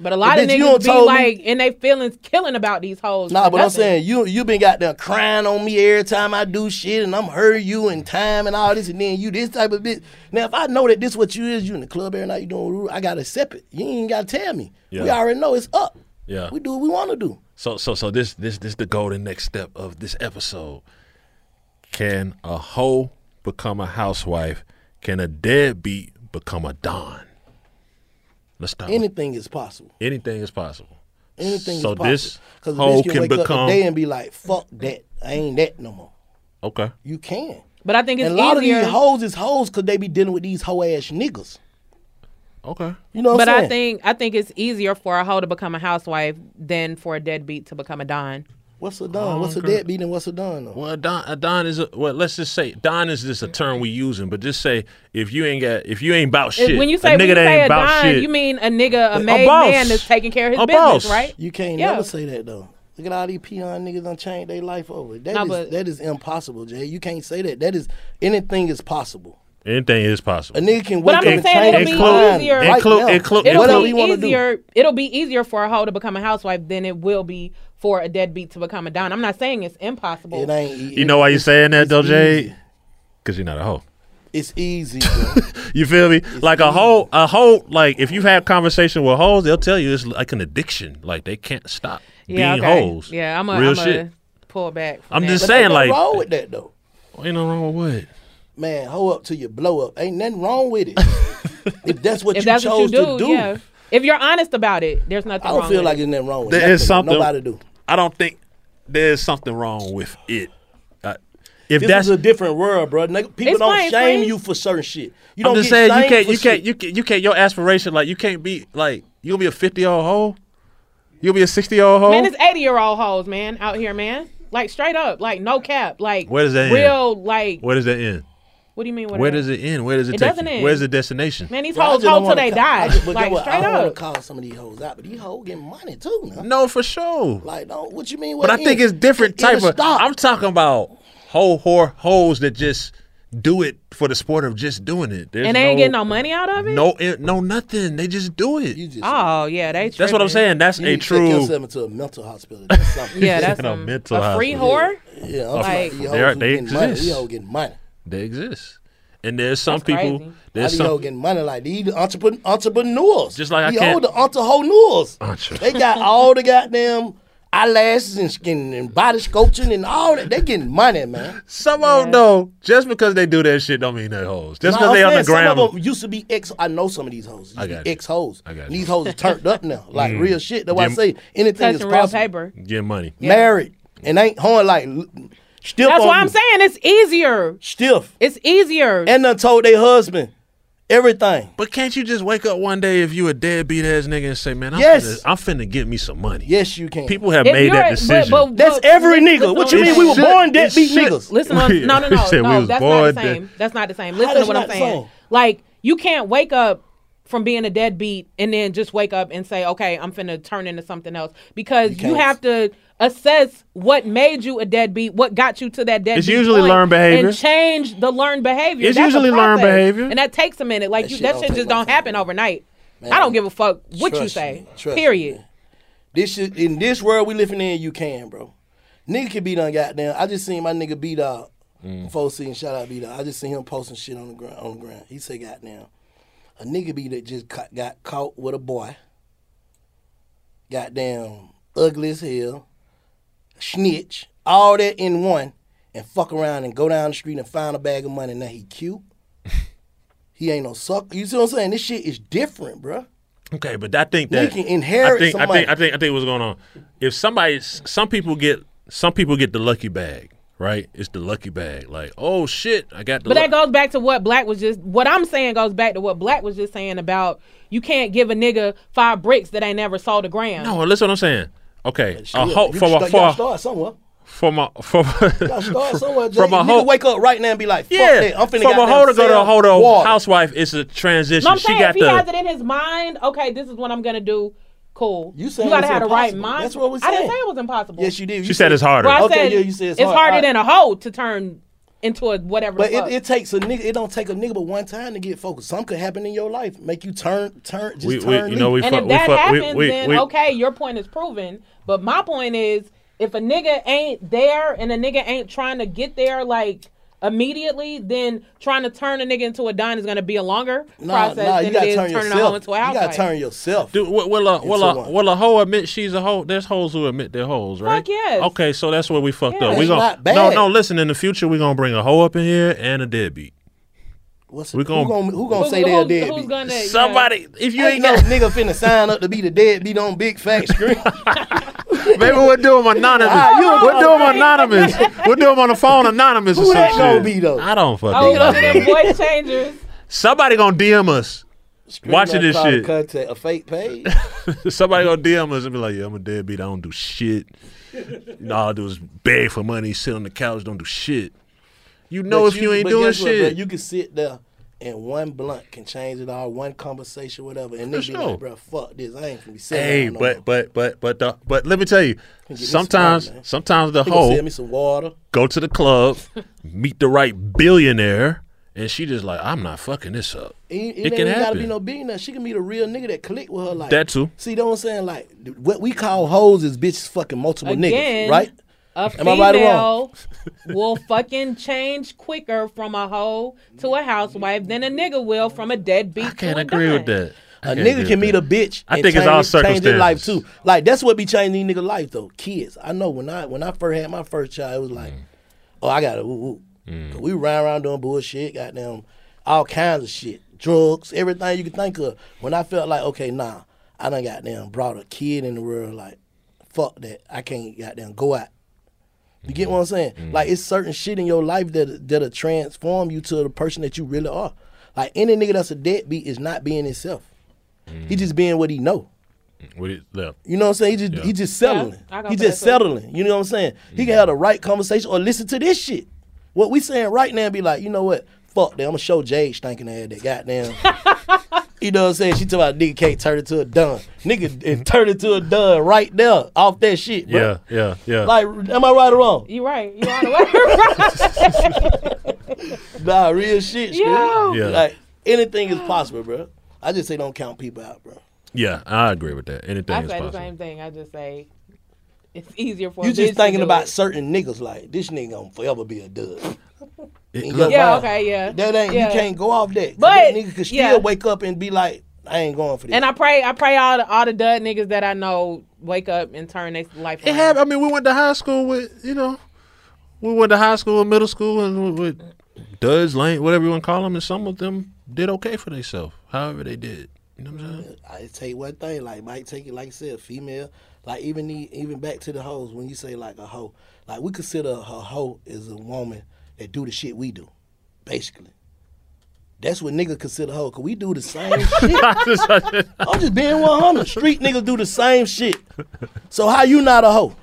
D: But a lot
C: But
D: of
C: bitch, you
D: niggas
C: done
D: be
C: told me-
D: like in their feelings, killing about these hoes.
C: Nah,
D: for
C: but I'm
D: nothing.
C: saying you you been got there crying on me every time I do shit, and I'm hurting you and time and all this, and then you this type of bitch. Now, if I know that this what you is, you in the club every night, you doing, I gotta accept it. You ain't gotta tell me. We
B: Yeah.
C: already know it's up.
B: Yeah.
C: we do what we want to do.
B: So so so this this this the golden next step of this episode. Can a hoe become a housewife? Can a deadbeat become a don? Let's start. with
C: Anything is possible.
B: anything is possible.
C: Anything
B: so
C: is possible.
B: this
C: Because
B: hoe
C: bitch can
B: can
C: wake up
B: become
C: today and be like, "Fuck that, I ain't that no more."
B: Okay.
C: You can.
D: But I think it's
C: and a lot
D: easier.
C: of these hoes is hoes because they be dealing with these hoe ass niggas.
B: Okay.
C: You know what
D: but
C: I'm saying?
D: I think I think it's easier for a hoe to become a housewife than for a deadbeat to become a don.
C: what's a don? What's a
B: Oh, Okay.
C: deadbeat and what's a don though?
B: Well, don, a don is a, well. Let's just say don is just a term we using, but just say if you ain't got if you ain't about shit,
D: When you
B: a
D: say,
B: nigga
D: when you
B: that
D: say
B: ain't
D: a don,
B: about shit.
D: you mean a nigga, a made
B: boss.
D: man that's taking care of his
B: A
D: business,
B: boss.
D: right?
C: You can't
D: Yeah.
C: never say that though. Look at all these peon niggas done changed their life over. That is
D: Nah, but-
C: that is impossible, Jay. You can't say that. That is anything is possible.
B: Anything is
C: A
B: possible.
C: nigga can
D: But
C: wake
D: I'm
C: up and
D: just saying
C: change
D: it'll
C: his
D: be
C: mind
D: easier.
C: right
B: Include-
C: now.
B: include-
D: It'll
C: Whatever he
D: be
C: wanna do.
D: easier. It'll be easier for a hoe to become a housewife than it will be for a deadbeat to become a don. I'm not saying it's impossible.
C: It ain't. e-
B: You know why you
C: it's-
B: saying that
C: it's
B: though, Jay?
C: easy.
B: Because you're not a hoe.
C: It's easy. bro.
B: You feel me? like a whole, a whole, like if you have conversation with hoes, they'll tell you it's like an addiction. Like they can't stop
D: yeah,
B: being
D: okay.
B: hoes.
D: Yeah, I'm a,
B: real
D: I'm
B: shit.
D: a pull back. from
B: I'm
D: that.
B: just
C: But
B: saying,
C: ain't nothing
B: like,
C: wrong with that though.
B: ain't no wrong with what.
C: Man, hold up till you blow up. Ain't nothing wrong with it. if that's what
D: if
C: you
D: that's what you
C: chose
D: do,
C: to do,
D: yeah. If you're honest about it, there's nothing.
C: I don't
D: wrong
C: feel
D: with
C: like
D: it.
C: there's nothing wrong with it.
B: There is something.
C: Nobody do.
B: I don't think there's something wrong with it. I- if
C: This
B: that's
C: is a different world, bro. Nigga, people don't
D: Explain,
C: shame
D: friend.
C: you for certain shit. You
B: I'm
C: don't
B: just
C: get
B: saying you
C: shamed
B: can't
C: for
B: you can't
C: shit.
B: you can't you can't your aspiration like you can't be like you gonna be a fifty year old hoe, you gonna be a sixty year old hoe.
D: Man, it's 80 year old hoes, man, out here, man. Like straight up, like no cap, like
B: Where does that end?
D: real, like
B: Where does that end?
D: what do you mean?
B: Where does it end? Where does it,
D: It
B: take
D: doesn't
B: you?
D: end.
B: Where's the destination?
D: Man, these
C: Bro, I
D: hoes
C: just don't
D: hold till
C: wanna
D: they
C: call-
D: die.
C: I just- but get
D: Like
C: what?
D: straight
C: I don't
D: up.
C: want to call some of these hoes out, but these hoes getting money too. Now.
B: No, for sure.
C: Like, no, what you mean?
B: but
C: What
B: I think it's different type of.
C: Stop.
B: I'm talking about hoe whore hoes that just do it for the sport of just doing it. There's
D: And they ain't getting no money out of it.
B: no in- no nothing. They just do it.
C: you just
D: Oh yeah, they. Tripping.
B: That's what I'm saying. That's
C: you
B: a
C: need to take
B: true.
C: yourself into a mental hospital. That's something.
D: Yeah, that's
B: In a
D: um,
B: mental
D: a free
B: hospital.
D: whore.
C: yeah. I'm
D: Like-
C: like, these hoes
B: They are-
C: who
B: they
C: getting money.
B: exist.
C: These hoes getting money.
B: They exist, and there's some
D: That's
B: people.
D: crazy.
C: How
B: There's
C: these hoes
B: some.
C: getting money like these entrepreneur, entrepreneurs?
B: Just like I
C: these
B: can't-
C: hoes the entrepreneurs.
B: Entre-
C: They got all the goddamn eyelashes and skin and body sculpting and all that. They getting money, man.
B: Some of them though, just because they do that shit, don't mean they're hoes. Just because
C: Nah,
B: they
C: I'm
B: on the
C: saying
B: ground.
C: Some of them used to be ex. I know some of these hoes.
B: I got you.
C: ex hoes.
B: I got you. Mm.
C: These hoes are turned up now, like real shit. That's why I
B: Them-
C: say anything is
D: Touching real
C: possible.
D: paper.
B: Get money.
C: Married and ain't horn like l- stiff.
D: That's
C: on
D: why
C: you.
D: I'm saying it's easier.
C: Stiff
D: It's easier.
C: and done told their husband everything.
B: But can't you just wake up one day if you a deadbeat ass nigga and say, man, I'm,
C: Yes.
B: finna, I'm finna get me some money?
C: Yes, you can.
B: People have
D: If
B: made
D: you're-
B: that
D: but-
B: decision.
D: but-
C: That's
D: but-
C: every
D: listen-
C: nigga.
D: listen
C: What
D: to
C: you
D: what
C: mean?
D: I'm
C: We were
D: saying.
C: born
B: It
C: deadbeat
B: should-
C: niggas.
D: Listen, on, no, no,
B: We
D: no,
B: said we
D: no.
B: was
D: That's not
B: born
D: the
B: dead.
D: same. That's not the same.
C: How
D: Listen to
C: that's
D: what I'm
C: not the
D: saying.
C: same?
D: Like you can't wake up from being a deadbeat and then just wake up and say, "Okay, I'm finna turn into something else," because you,
C: can't.
D: have to assess what made you a deadbeat, what got you to that deadbeat.
B: usually
D: point,
B: learned behavior.
D: and change the learned behavior.
B: It's
D: That's a
B: usually learned
D: process,
B: behavior.
D: and that takes a minute. Like
C: That
D: you,
C: shit
D: that
C: don't
D: shit
C: take
D: just
C: no
D: don't
C: time.
D: happen overnight. I don't give a fuck what you
C: Trust
D: say.
C: me. Trust
D: Period.
C: me. This shit in this world we living in, you can, bro. Nigga can be done goddamn. I just seen my nigga beat out. Folks seeing shout out beat out. I just seen him posting shit on the ground on the ground. He said goddamn. A nigga be that just ca- got caught with a boy. Goddamn ugly as hell. Snitch. All that in one. And fuck around and go down the street and find a bag of money. Now he cute. he ain't no sucker. You see what I'm saying? This shit is different, bruh.
B: Okay, but I think that
C: can inherit
B: I think, I
C: some money.
B: think I think I think what's going on. If somebody, some people get some people get the lucky bag, right? It's the lucky bag. Like, oh shit, I got the.
D: But that
B: luck-
D: goes back to what Black was just. What I'm saying goes back to what Black was just saying about you can't give a nigga five bricks that ain't never sold a gram.
B: no, listen, what I'm saying. Okay, a
C: Look,
B: ho-
C: you sta-
B: for a
C: y'all
B: for
C: start somewhere.
B: for my for
C: Y'all start somewhere. Jay.
B: from a
C: you
B: hoe-
C: can wake up right now and be like, "Fuck
B: yeah,
C: that! I'm finna
B: from a
C: goddamn
B: hoe to go to a
C: sell
B: hoe to a
C: water."
B: housewife. It's a transition.
D: No, I'm
B: she
D: saying
B: got
D: if he
B: the.
D: has it in his mind, okay, this is what I'm gonna do. Cool.
C: You saying
D: gotta
C: it's
D: have the right
C: impossible.
D: mind.
C: That's what we
D: I didn't
C: said.
D: say it was impossible.
C: Yes, you did. You
B: she said it's harder.
D: Well, I
C: Okay,
D: said
C: yeah, you said it's
D: it's,
C: hard.
D: harder
C: I-
D: than a hoe to turn into a whatever.
C: But
D: the
C: it,
D: fuck.
C: it takes a nigga. It don't take a nigga but one time to get focused. Something could happen in your life, make you turn, turn, just
B: we, we,
C: turn.
B: you know,
C: leaf.
B: we
D: and
B: fuck,
D: if
B: we
D: that
B: fuck, we,
D: happens,
B: we,
D: then
B: we,
D: okay, your point is proven. But my point is, if a nigga ain't there and a nigga ain't trying to get there, like immediately, then trying to turn a nigga into a don is gonna be a longer
C: nah,
D: process
C: nah, you
D: than
C: gotta
D: it is
C: turn
D: turning a hoe
C: yourself.
D: into a
C: you gotta
D: housewife.
C: turn yourself.
B: Dude, will, will, a, will, a,
C: one.
B: will a hoe admit she's a hoe? There's hoes who admit they're hoes, right?
D: yes.
B: Okay, so that's where we fucked
D: Yeah.
B: up. We
D: That's
B: gonna
C: not bad.
B: no, no. Listen, in the future, we're gonna bring a hoe up in here and a deadbeat.
C: What's
B: We gon-
C: who gonna who gonna
D: Who-
C: say
D: who-
C: they're
D: who's-
C: dead?
D: who's gonna- yeah.
B: Somebody, if you ain't
C: no
B: got,
C: nigga finna sign up to be the deadbeat on big fat screen.
B: maybe we're doing anonymous.
C: Ah, you a-
B: we're doing anonymous. we're doing on the phone anonymous.
C: Who
B: or some
C: that gonna
B: shit.
C: be, though?
B: I don't fucking.
D: Oh,
B: know.
D: one of them voice changers.
B: Somebody gonna DM us. Watching this
C: Screen
B: shit.
C: Contact a fake page.
B: Somebody gonna DM us and be like, "Yeah, I'm a deadbeat. I don't do shit. And All I do is beg for money, sit on the couch, don't do shit." You know,
C: But
B: if you, ain't
C: but
B: doing
C: guess what,
B: shit,
C: bro? you can sit there and one blunt can change it all, one conversation, whatever, and they
B: For
C: be
B: sure.
C: like, bro, fuck this, I ain't gonna be sitting
B: Hey,
C: down no
B: but
C: more.
B: but but but the, but let me tell you,
C: some
B: sometimes
C: water, man.
B: sometimes the
C: They gonna sell
B: hoe
C: me some water.
B: go to the club, meet the right billionaire, and she just like, I'm not fucking this up.
C: It, it,
B: It
C: ain't
B: can
C: even gotta
B: happen.
C: be no billionaire. She can meet a real nigga that click with her like
B: That too.
C: See, know what I'm saying? Like th- what we call hoes is bitches fucking multiple
D: Again,
C: niggas, right?
D: A
C: Am I right or wrong?
D: female will fucking change quicker from a hoe to a housewife than a nigga will from a deadbeat.
B: I can't
D: to a
B: agree with
D: dime.
B: that.
C: A nigga can meet a bitch.
B: I
C: and
B: think it's all
C: change- Change their life too.
B: circumstances.
C: Like that's what be changing these nigga life though. Kids. I know when I when I first had my first child, it was like,
B: Mm.
C: oh, I got to woo woo. We ran around doing bullshit, goddamn, all kinds of shit, drugs, everything you could think of. When I felt like, okay, nah, I done goddamn brought a kid in the world. Like, fuck that. I can't goddamn go out. You get what
B: Mm-hmm.
C: I'm saying? Like it's certain shit in your life that that'll transform you to the person that you really are. Like any nigga that's a deadbeat is not being himself. He just being what he know.
B: With it left.
C: You know what I'm saying? He just he just settling.
D: I go
C: he
D: for
C: just
D: that too.
C: settling. You know what I'm saying? He can have the right conversation or listen to this shit. What we saying right now be like, you know what? Fuck that. I'm gonna show Jade stinking ass that goddamn. you know what I'm saying? She talking about nigga can't turn it to a dun. Nigga and turn it to a dun right there off that shit, bro.
B: Yeah, yeah, yeah.
C: Like, am I right or wrong?
D: You right. You on the way.
C: Nah, real shit, Screw.
D: Yo.
B: Yeah.
C: Like anything is possible, bro. I just say don't count people out, bro.
B: yeah, I agree with that. Anything
D: I
B: is
D: say the
B: possible.
D: same thing. I just say it's easier for a
C: You
D: bitch
C: just
D: to
C: thinking
D: do
C: about
D: it.
C: certain niggas like this nigga gonna forever be a dud.
B: It-
C: Ain't gonna
B: look,
D: Yeah.
C: lie.
D: Okay. Yeah.
C: That ain't
D: yeah.
C: you can't go off that. 'Cause
D: But,
C: that nigga could still
D: yeah.
C: wake up and be like, I ain't going for this.
D: And I pray, I pray all the, all the dud niggas that I know wake up and turn their life
B: It
D: around.
B: happened. I mean, we went to high school with you know, we went to high school and middle school and with, with Duds Lane, whatever you want to call them, and some of them did okay for themselves, however they did. You know what I'm saying?
C: I just tell you one thing, like Mike, take it like I said, female, like even the, even back to the hoes. When you say like a hoe, like we consider a hoe is a woman that do the shit we do, basically. That's what niggas consider hoe, cause we do the same shit. I'm just being 100. Street niggas do the same shit. So how you not a hoe?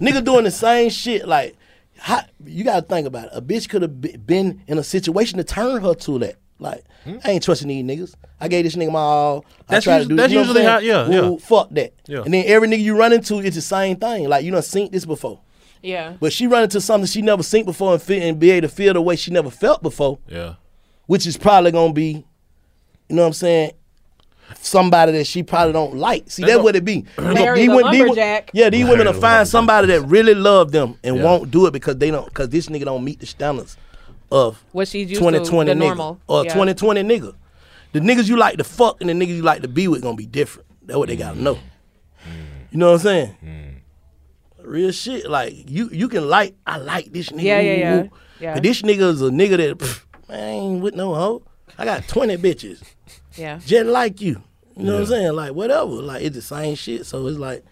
C: Nigga doing the same shit. Like, how, you gotta think about it. A bitch could have been in a situation to turn her to that. Like, I ain't trusting these niggas. I gave this nigga my all. I
B: Hmm? That's
C: tried
B: usu-
C: to do,
B: that's
C: you know what
B: usually
C: I'm
B: how-
C: saying?
B: yeah, yeah.
C: Well, Fuck that.
B: Yeah.
C: And then every nigga you run into, it's the same thing. Like you done seen this before.
D: Yeah.
C: But she run into something she never seen before and, feel, and be able to feel the way she never felt before
B: Yeah.
C: which is probably gonna be, you know what I'm saying, somebody that she probably don't like. See, that's what it be.
D: Larry
C: These
D: the
C: women- these wo-
D: lumberjack.
C: yeah, these women will find somebody that really love them and
B: Yeah.
C: won't do it because they don't because this nigga don't meet the standards of
D: What she's used to,
C: 2020
D: the
C: nigga
D: normal.
C: or
D: Yeah.
C: 2020 nigga. The niggas you like to fuck and the niggas you like to be with gonna be different. That's what they gotta know. You know what I'm saying? Real shit. Like you, you can like. I like this nigga.
D: Yeah, yeah,
C: ooh,
D: yeah.
C: ooh.
D: Yeah.
C: But this nigga is a nigga that pff, man I ain't with no hoe. I got twenty bitches
D: Yeah.
C: just like you. You know what I'm saying? Like whatever. Like it's the same shit. So it's like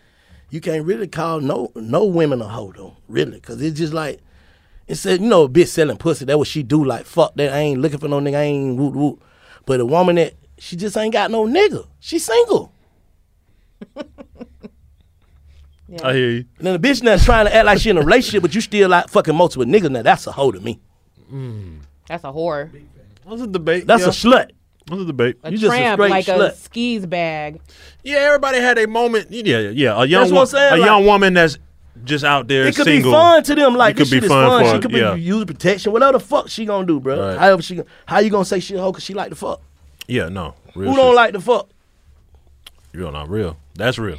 C: you can't really call no no women a hoe though, really, because it's just like it said you know a bitch selling pussy. That what she do. Like fuck that. I ain't looking for no nigga. I ain't woot woot. But a woman that she just ain't got no nigga. She single.
B: I hear you.
C: And then a bitch now trying to act like she in a relationship, but you still like fucking multiple niggas. Now that's a hoe to me.
D: That's a whore.
B: That's a debate.
C: That's
B: yeah.
C: a slut.
B: That's a debate.
D: A
C: You just a
D: tramp,
C: straight
D: like a
C: slut.
D: skis bag.
B: yeah, everybody had a moment. Yeah, yeah, yeah. A young
C: That's what
B: wo-
C: I'm saying,
B: a
C: like-
B: young woman that's just out there
C: It could
B: single.
C: be fun to them. Like
B: It could
C: this
B: be
C: shit
B: fun
C: is fun.
B: for-
C: she could be
B: yeah.
C: using protection. Whatever the fuck she gonna do, bro.
B: Right.
C: However she, gon- how you gonna say she a hoe because she like the fuck?
B: Yeah, no. Real
C: Who
B: shit.
C: don't like the fuck?
B: You're not real. That's real.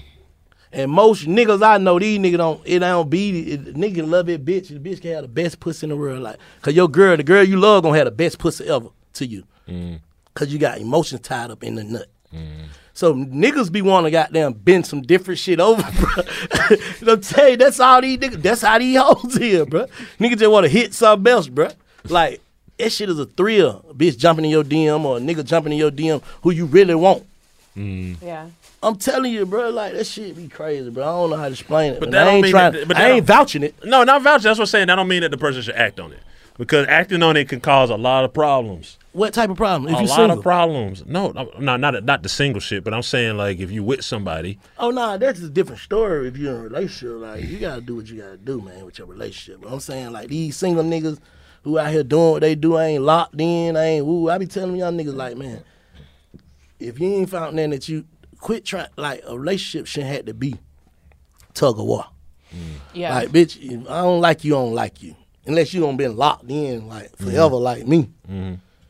C: And most niggas I know, these niggas don't. It don't be it, nigga love it, bitch. The bitch can have the best pussy in the world. Like, cause your girl, the girl you love, gonna have the best pussy ever to you. Cause you got emotions tied up in the nut. So niggas be wanting to goddamn bend some different shit over, bro. And I'm telling you, that's all these niggas, that's how these hoes here, bro. Niggas just want to hit something else, bro. Like, That shit is a thrill. A bitch jumping in your DM or a nigga jumping in your DM who you really want.
D: Yeah.
C: I'm telling you, bro, like that shit be crazy, bro. I don't know how to explain it.
B: But
C: And
B: that
C: I
B: don't
C: ain't
B: mean
C: trying,
B: that- but that
C: I ain't
B: don't-
C: vouching it.
B: No, not vouching. That's what I'm saying. That don't mean that the person should act on it because acting on it can cause a lot of problems.
C: What type of problem? If
B: a
C: you
B: lot
C: single.
B: of problems. No, no, no, not not the single shit, but I'm saying like if you with somebody,
C: Oh nah, that's a different story if you're in a relationship. Like you gotta do what you gotta do, man, with your relationship. But I'm saying like these single niggas who out here doing what they do, I ain't locked in, I ain't woo. I be telling y'all niggas like, man, if you ain't found nothing that you quit trying like a relationship shouldn't have to be tug of war.
D: Yeah.
C: Like, bitch, if I don't like you, I don't like you. Unless you don't been locked in like
B: Mm-hmm.
C: forever like me.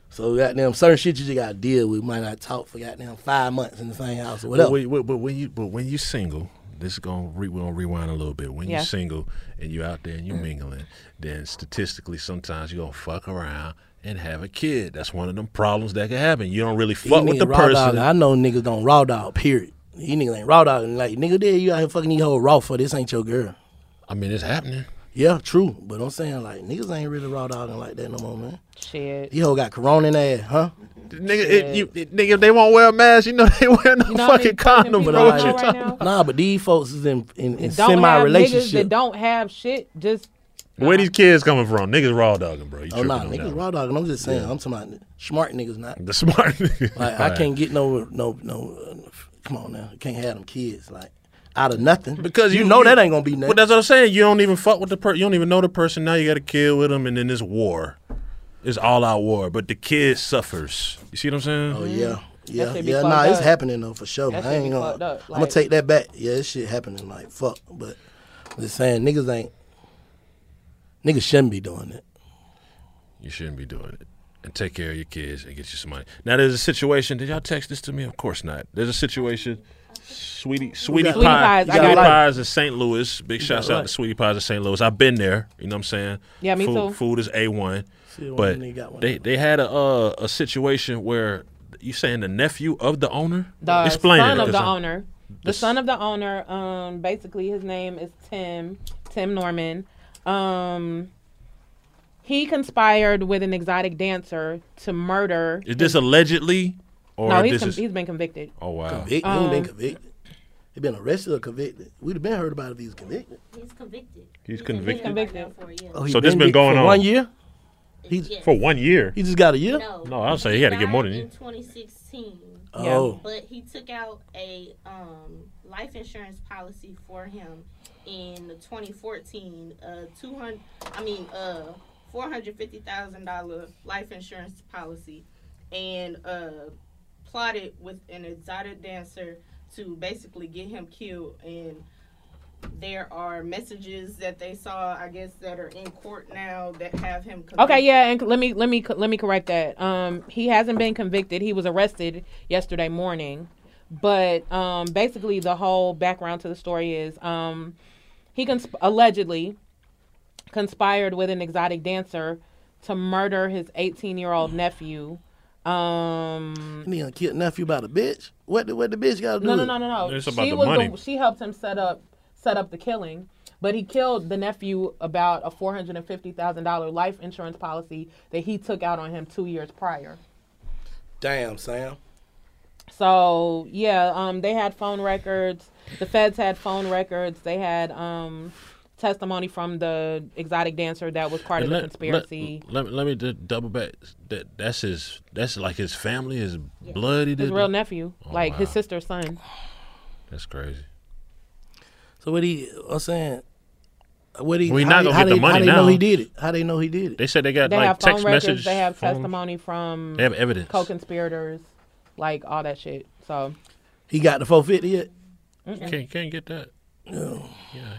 C: So goddamn certain shit you just gotta deal with. Might not talk for goddamn five months in the same house or
B: but,
C: whatever.
B: wait, wait, but when you but when you single, this is gonna re, we're gonna rewind a little bit. When
D: Yeah.
B: you're single and you out there and
C: Mm.
B: you mingling, then statistically sometimes you are gonna fuck around and have a kid. That's one of them problems that can happen. You don't really fuck
C: These
B: with the
C: niggas raw dog.
B: person.
C: I know niggas don't raw dog. Period. These niggas ain't raw dog. Like nigga, there you out here fucking these whole raw for this ain't your girl.
B: I mean, it's happening.
C: Yeah, true. But I'm saying like niggas ain't really raw dogging like that no more, man.
D: Shit.
C: These hoe got corona in their ass, huh?
B: Nigga, it, you, it- nigga, if they won't wear a mask, you know they wear no
D: You know how many
B: fucking
D: pregnant
B: condom,
D: people
B: bro.
D: I
B: What
D: know
B: you
D: right
B: talking
D: now?
C: Nah, but these folks is in in, in
D: That don't
C: semi
D: have niggas
C: relationship.
D: that don't have shit. Just
B: Where these kids coming from? Niggas raw dogging, bro. You
C: Oh
B: tripping
C: nah,
B: on that Mm-hmm.
C: niggas
B: one.
C: raw dogging. I'm just saying. I'm talking about smart niggas not.
B: The smart nigga.
C: Like I can't get no no no. uh, Come on now, can't have them kids like out of nothing
B: Because you,
C: know that ain't gonna be nothing.
B: But that's what I'm saying. You don't even fuck with the person. You don't even know the person. Now you got to kill with them, and then it's war. It's all out war. But the kid suffers. You see what I'm saying?
C: Oh yeah, yeah,
D: Mm-hmm. shit be
C: yeah.
D: fucked
C: Nah, it's
D: up.
C: happening though for sure.
D: That
C: I
D: shit be
C: ain't gonna.
D: fucked up,
C: I'm gonna
D: like-
C: take that back. Yeah, this shit happening like fuck. But I'm just saying, niggas ain't. Niggas shouldn't be doing it.
B: You shouldn't be doing it. And take care of your kids and get you some money. Now there's a situation. Did y'all text this to me? Of course not. There's a situation. Sweetie, sweetie,
C: Sweetie
B: pie,
D: Pies, I
B: sweetie
D: got it.
B: pies in St. Louis. Big shouts out
C: right.
B: to Sweetie Pies in St. Louis. I've been there. You know what I'm saying?
D: Yeah, me
B: food,
D: too.
B: Food is a one,
C: one
B: but
C: and they got one.
B: they they had a uh, a situation where you saying the nephew of the owner.
D: the
B: Explain
D: son
B: it,
D: of
B: 'cause
D: the
B: I'm-
D: owner. The son of the owner. Um, basically, his name is Tim. Tim Norman. Um, he conspired with an exotic dancer to murder.
B: Is this allegedly? Or
D: No, he's
B: this
D: con-
B: is,
D: he's been convicted.
B: oh wow.
C: Convicted. he ain't
D: Um.
C: been convicted. He been arrested or convicted. We'd have been heard about if he was convicted.
H: He's convicted.
B: He's convicted.
D: Convicted.
H: For you.
C: Oh, he
B: So this been
C: big
B: going
C: for
B: on?
C: one year. He's
B: For one year.
C: he just got a year.
H: No.
B: No, I was saying he had to get more than
H: died in
B: you.
H: 2016,
D: Yeah.
C: Oh,
H: but he took out a um, life insurance policy for him in 2014. Uh, 200. I mean, uh, 450 thousand dollar life insurance policy, and uh, plotted with an exotic dancer to basically get him killed and there are messages that they saw i guess that are in court now that have him
D: Okay,
H: convicted.
D: yeah, and let me let me let me correct that. Um, he hasn't been convicted. He was arrested yesterday morning, but um, basically the whole background to the story is um, he consp- allegedly conspired with an exotic dancer to murder his 18 year old nephew. Um,
C: he done killed nephew by the bitch. What the what the bitch got to do?
D: no, no,
C: with
D: no,
C: it?
D: no, no.
B: It's about
D: she
B: the
D: was
B: money.
D: The, she helped him set up set up the killing, but he killed the nephew about a four hundred and fifty thousand dollar life insurance policy that he took out on him two years prior.
C: Damn, Sam.
D: So yeah, um, they had phone records. The feds had phone records. They had um, testimony from the exotic dancer that was part of the conspiracy.
B: Let, let, let me just double back. That that's his. That's like his family. His blood. He
D: his
B: did. Oh,
D: real nephew, like his
B: wow.
D: sister's son.
B: That's crazy.
C: So what he? I'm saying. What he?
B: We
C: how
B: not
C: they-
B: gonna
C: how
B: get the
C: they-
B: money
C: How they
B: now.
C: know he did it? How they know he did it?
B: They said they got
D: They
B: like
D: have phone
B: text
D: records.
B: message.
D: They have
B: phone-
D: testimony from
B: They have evidence.
D: co-conspirators, like all that shit. So
C: He got the 450 yet?
B: Can't can't get that. Yeah.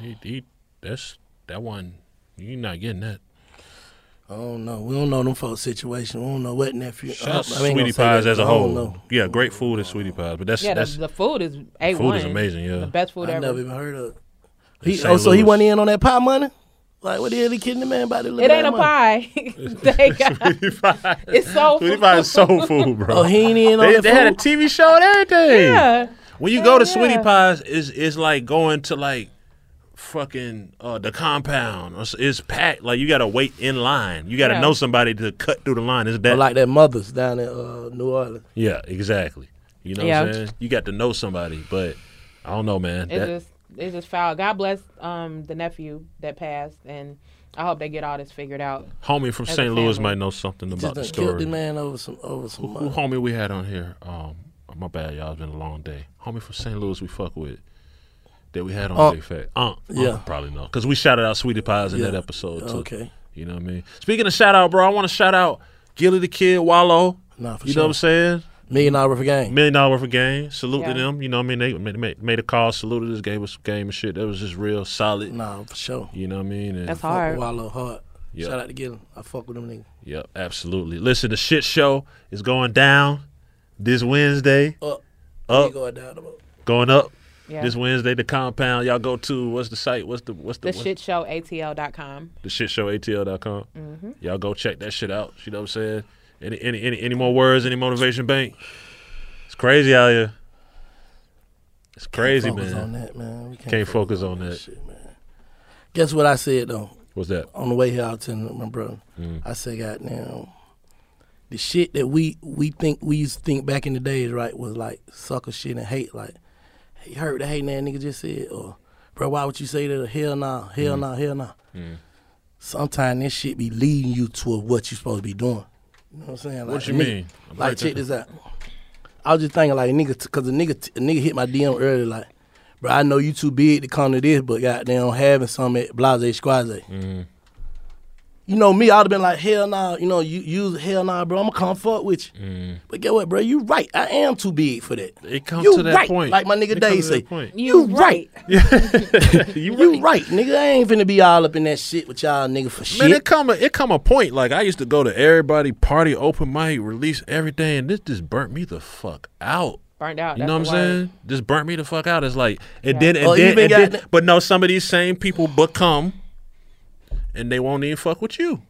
B: He he. That's that one. You're not getting that.
C: I don't know. We don't know them folks' situation. We don't know what nephew. uh,
B: Shout out to
C: Oh, I ain't gonna
B: Sweetie
C: say
B: Pies
C: that.
B: as a
C: I don't
B: whole.
C: know.
B: Yeah, great food at Sweetie Pies, but that's
D: yeah,
B: that's
D: the, the food is a
B: food
D: one.
B: is amazing. Yeah.
D: The best food
C: I
D: ever.
C: never even heard of. He,
B: St.
C: oh, so he
B: Louis.
C: went in on that pie money? Like, what the hell he kidding the man about? The
D: It ain't a pie. they got, it's so
B: Sweetie Pie is soul food, bro.
C: Oh, he ain't in on
B: they
C: that
B: they had a
C: food?
B: TV show and everything.
D: yeah.
B: When you go to
D: yeah.
B: Sweetie Pies, is is like going to like fucking uh, the compound is packed. Like you gotta wait in line. You gotta
C: Yeah.
B: know somebody to cut through the line. Is that
C: Or like that mothers down in uh, New Orleans.
B: Yeah, exactly. You know what
D: Yeah.
B: I'm saying? You got to know somebody, but I don't know, man.
D: It's
B: That-
D: just it's just foul. God bless um the nephew that passed, and I hope they get all this figured out.
B: homie from
D: as a
B: St. Louis
D: family.
B: might know something
C: Just
B: about the
C: done killed
B: story.
C: the man over some over some.
B: Who
C: money.
B: homie we had on here? Um, my bad, y'all. It's been a long day. Homie from St. Louis we fuck with that we had on
C: Unc.
B: Big Fat. Unc,
C: Oh. Yeah.
B: Unc probably know because we shouted out Sweetie Pies in
C: Yeah.
B: that episode too.
C: Okay.
B: you know what I mean. Speaking of shout out, bro, I want to shout out Gilly the Kid, Wallow.
C: Nah, for
B: you
C: sure.
B: know what I'm saying?
C: Million dollar worth of game.
B: Million dollar worth of game. Salute
C: Yeah.
B: to them. You know what I mean? They made, made, made a call, saluted us, gave us some game and shit. That was just real solid.
C: Nah, for sure.
B: You know what I mean? And-
C: I fuck with Wallow hard.
B: Yeah.
C: Shout out to Gillum. I fuck with them niggas.
B: Yep, absolutely. Listen, the shit show is going down this Wednesday.
C: Up.
B: Up.
C: We going down about.
B: Going up.
D: Yeah.
B: This Wednesday, the compound. Y'all go to what's the site? What's the what's the
D: The
B: what's-
D: shit show atl.com.
B: The shit show ATL.com.
D: Mhm.
B: Y'all go check that shit out. You know what I'm saying? Any any any any more words, any motivation bank? It's crazy out here. It's crazy,
C: focus
B: man.
C: on that, man. We
B: can't,
C: can't
B: focus, on that.
C: Guess what I said though?
B: What's that?
C: On the way here, I was telling my brother.
B: Mm.
C: I said, God damn. The shit that we we think we used to think back in the days, right, was like sucker shit and hate. Like, hey, you heard the hating that nigga just said, or bro, why would you say that? Hell nah, hell
F: Mm.
C: nah, hell nah. Sometimes this shit be leading you to what you supposed to be doing. You know what I'm saying?
B: What
C: Like,
B: you
C: nigga-
B: mean?
C: Like, check this out. I was just thinking, like, nigga, because a nigga, a nigga hit my DM earlier, like, bro, I know you too big to come to this, but goddamn, having some at Blase Squaze. You know me, I'd have been like, hell nah, you know, you use hell nah, bro, I'm gonna come fuck with you. But get what, bro, you right. I am too big for that.
B: Mm. It comes
C: you
B: to that
C: right.
B: point.
C: Like my
B: It
C: nigga
B: comes
C: Dave
B: to that
C: say,
B: point.
C: you right.
B: you,
C: right. nigga. I ain't finna be all up in that shit with y'all nigga for shit.
B: Man, it come a, it come a point. Like I used to go to everybody party, open mic, release everything, and this just burnt me the fuck out.
D: Burned out.
B: You know what
D: Oh, that's
B: I'm
D: the word.
B: saying? Just burnt me the fuck out. It's like and
D: Yeah.
B: then
C: Oh,
B: and,
D: Or
B: then,
D: even
B: and then-
D: got-
B: but no, some of these same people become, and they won't even fuck with you.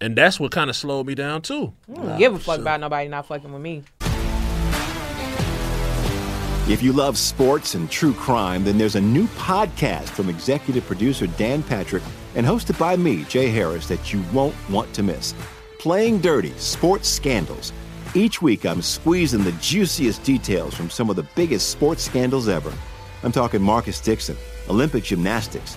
B: And that's what kind of slowed me down too.
D: I don't give a fuck about nobody not fucking with me.
E: If you love sports and true crime, then there's a new podcast from executive producer Dan Patrick and hosted by me, Jay Harris, that you won't want to miss. Playing Dirty Sports Scandals. Each week, I'm squeezing the juiciest details from some of the biggest sports scandals ever. I'm talking Marcus Dixon, Olympic gymnastics,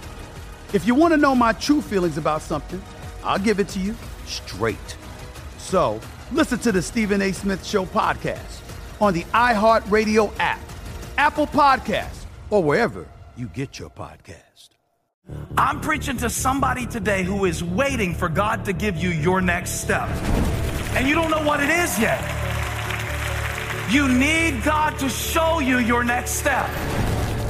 F: If you want to know my true feelings about something, I'll give it to you straight. So, listen to the Stephen A. Smith Show podcast on the iHeartRadio app, Apple Podcasts, or wherever you get your podcast.
G: I'm preaching to somebody today who is waiting for God to give you your next step. And you don't know what it is yet. You need God to show you your next step.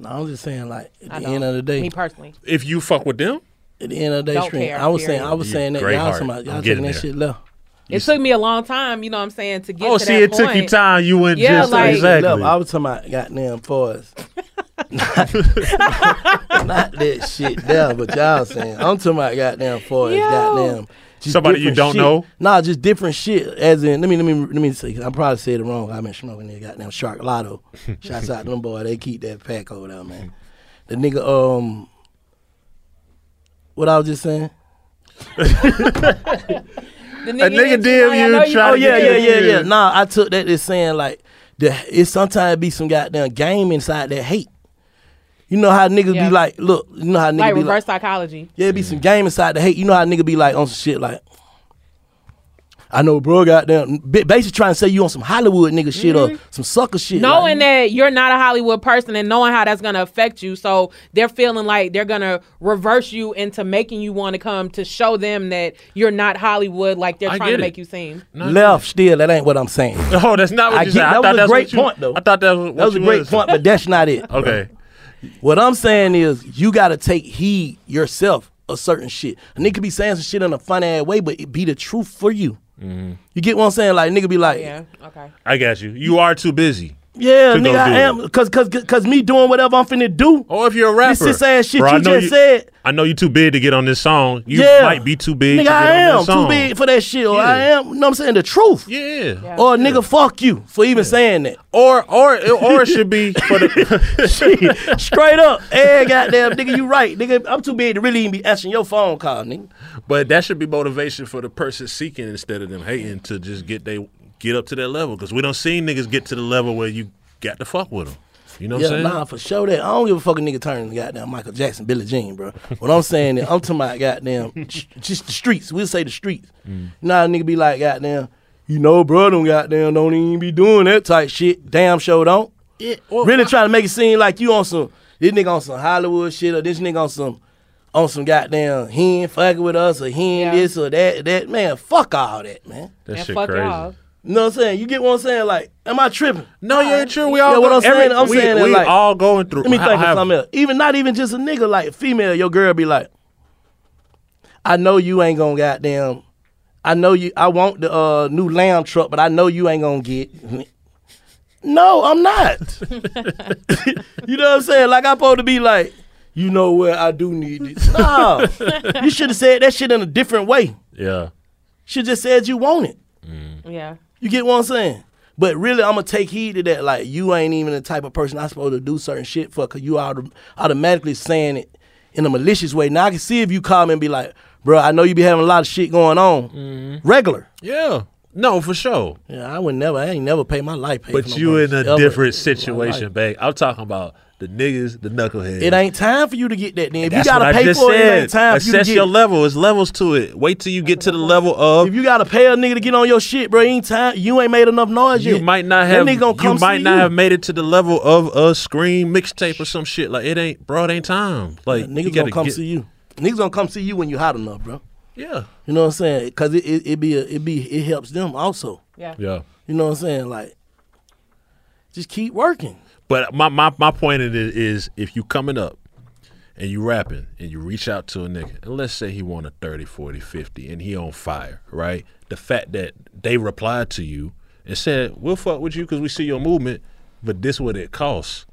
C: No, I'm just saying, like at
D: I
C: the
D: don't.
C: end of the day,
D: Me personally.
B: If you fuck with them,
C: at the end of the day,
D: Don't
C: screen,
D: care,
C: I was saying,
D: period.
C: I was saying that
B: Great
C: y'all,
B: heart.
C: somebody,
B: I'm
C: y'all
B: getting
C: taking that
B: there.
C: shit left.
D: It took me a long time, you know what I'm saying, to get
B: oh,
D: to
B: see,
D: that
B: it took you
D: point.
B: time. You went
D: Yeah,
B: just
D: like-
B: exactly.
C: Love, I was talking about goddamn forest. not, not that shit there, but y'all saying. I'm talking about goddamn forest,
D: Yo.
C: goddamn. just
B: Somebody you
C: different
B: don't
C: shit.
B: know?
C: Nah, just different shit. As in, let me let me let me say. 'cause I probably said it wrong. I been smoking that goddamn Shark Lotto. Shouts out to them boy. They keep that pack over there, man. The nigga, um, what I was just saying.
D: The
B: A nigga
D: that you
B: DM
D: like, I
B: you,
D: know you
B: try
C: Oh
B: to
C: yeah,
B: get
C: yeah,
B: you
C: yeah,
B: to-
C: yeah. Nah, I took that as saying like the it sometimes be some goddamn game inside that hate. You know how niggas
D: Yeah.
C: be like, look, you know how niggas
D: like
C: be
D: reverse
C: like,
D: psychology.
C: yeah, it be some game inside the hate. You know how nigga be like on some shit like, I know, bro, goddamn, ba- basically trying to say you on some Hollywood nigga shit or some sucker shit.
D: Knowing
C: like,
D: Mm-hmm. that you're not a Hollywood person and knowing how that's gonna affect you, so they're feeling like they're gonna reverse you into making you want to come to show them that you're not Hollywood, like they're
B: I
D: trying to
B: get it.
D: make you seem.
C: left still, that ain't what I'm saying.
B: Oh, that's not what
C: I get,
B: you said. I
C: that
B: thought
C: was a
B: that's
C: great
B: what you-
C: point though.
B: I thought that was what
C: that was a
B: you
C: great
B: was.
C: point, but that's not it.
B: Okay.
C: What I'm saying is, you gotta take heed yourself of certain shit. A nigga be saying some shit in a funny ass way, but it be the truth for you.
B: Mm-hmm.
C: You get what I'm saying? Like nigga be like, yeah,
D: Yeah. Okay.
B: I got you. You are too busy. To go
C: nigga, I
B: do
C: am, cause, cause, cause me doing whatever I'm finna do.
B: Or Oh, if you're a rapper,
C: This sis ass shit
B: bro, I
C: you
B: know
C: just said.
B: I know you too big to get on this song. You
C: yeah,
B: might be too big.
C: Nigga,
B: to get
C: I
B: on
C: am
B: this song.
C: too big for that shit. Or
B: Yeah.
C: I am. You know what I'm saying? The truth.
B: Yeah.
C: Or nigga, fuck you for even saying that.
B: Or or or it should be for the.
C: Straight up, hey, goddamn, nigga, you right, nigga. I'm too big to really even be answering your phone call, nigga.
B: but that should be motivation for the person seeking instead of them hating to just get they get up to that level because we don't see niggas get to the level where you got to fuck with them. You know what
C: Yeah,
B: I'm saying?
C: nah, for sure that. I don't give a fuck a nigga turning to goddamn Michael Jackson, Billie Jean, bro. What I'm saying is, I'm talking about goddamn, sh- just the streets. We'll say the streets.
B: Mm.
C: Nah, a nigga be like, goddamn, you know, bro, them goddamn don't even be doing that type shit. Damn sure don't. really trying to make it seem like you on some, this nigga on some Hollywood shit or this nigga on some, on some goddamn, he ain't fucking with us or he ain't
D: Yeah.
C: this or that, that. Man, fuck all that, man.
B: That
D: And
B: shit
D: fuck
B: crazy.
D: y'all.
C: You know what I'm saying? You get what I'm saying? Like, am I tripping?
B: No, you ain't true. We all
C: Yeah, what
B: go-
C: I'm saying-
B: every-
C: I'm
B: we,
C: saying that,
B: we
C: like-
B: all going through.
C: Let me
B: I-
C: think
B: I
C: of
B: have-
C: something else. Even not even just a nigga, like female, your girl be like, I know you ain't gonna goddamn I know you I want the uh, new lamb truck, but I know you ain't gonna get No, I'm not. you know what I'm saying? Like I'm supposed to be like, you know where I do need it. No. you should have said that shit in a different way.
B: Yeah.
C: Should just said you want it.
D: Yeah.
C: You get what I'm saying? But really, I'm gonna take heed to that. Like, you ain't even the type of person I supposed to do certain shit for, cause you autom- automatically saying it in a malicious way. Now I can see if you call me and be like, "Bro, I know you be having a lot of shit going on, regular."
B: Yeah. No, for sure.
C: Yeah, I would never. I ain't never pay my life. pay for
B: But
C: no
B: you in
C: motherfucker
B: a
C: ever in my
B: different situation,
C: life.
B: babe. I'm talking about the niggas, the knuckleheads.
C: It ain't time for you to get that. Then if
B: That's
C: you
B: what I
C: gotta pay
B: just
C: for it, it
B: said.
C: ain't time for you to
B: Assess
C: get.
B: your
C: it.
B: level. It's levels to it. Wait till you get to the level of
C: If you gotta pay a nigga to get on your shit, bro, ain't time. You ain't made enough noise
B: you
C: yet.
B: might not
C: That
B: have
C: nigga gonna
B: you
C: come
B: might
C: see
B: not
C: you.
B: have made it to the level of a screen mixtape or some shit. Like it ain't, bro. It ain't time. Like you
C: Niggas
B: gotta
C: gonna come
B: get-
C: see you. Niggas gonna come see you when you hot enough, bro.
B: Yeah.
C: You know what I'm saying? Cause it, it, it be a, it be it helps them also.
D: Yeah.
B: Yeah.
C: You know what I'm saying? Like, just keep working.
B: But my my my point in it is, if you coming up and you rapping and you reach out to a nigga, and let's say he want a 30, 40, 50, and he on fire, right? The fact that they replied to you and said, "We'll fuck with you because we see your movement," but this what it costs.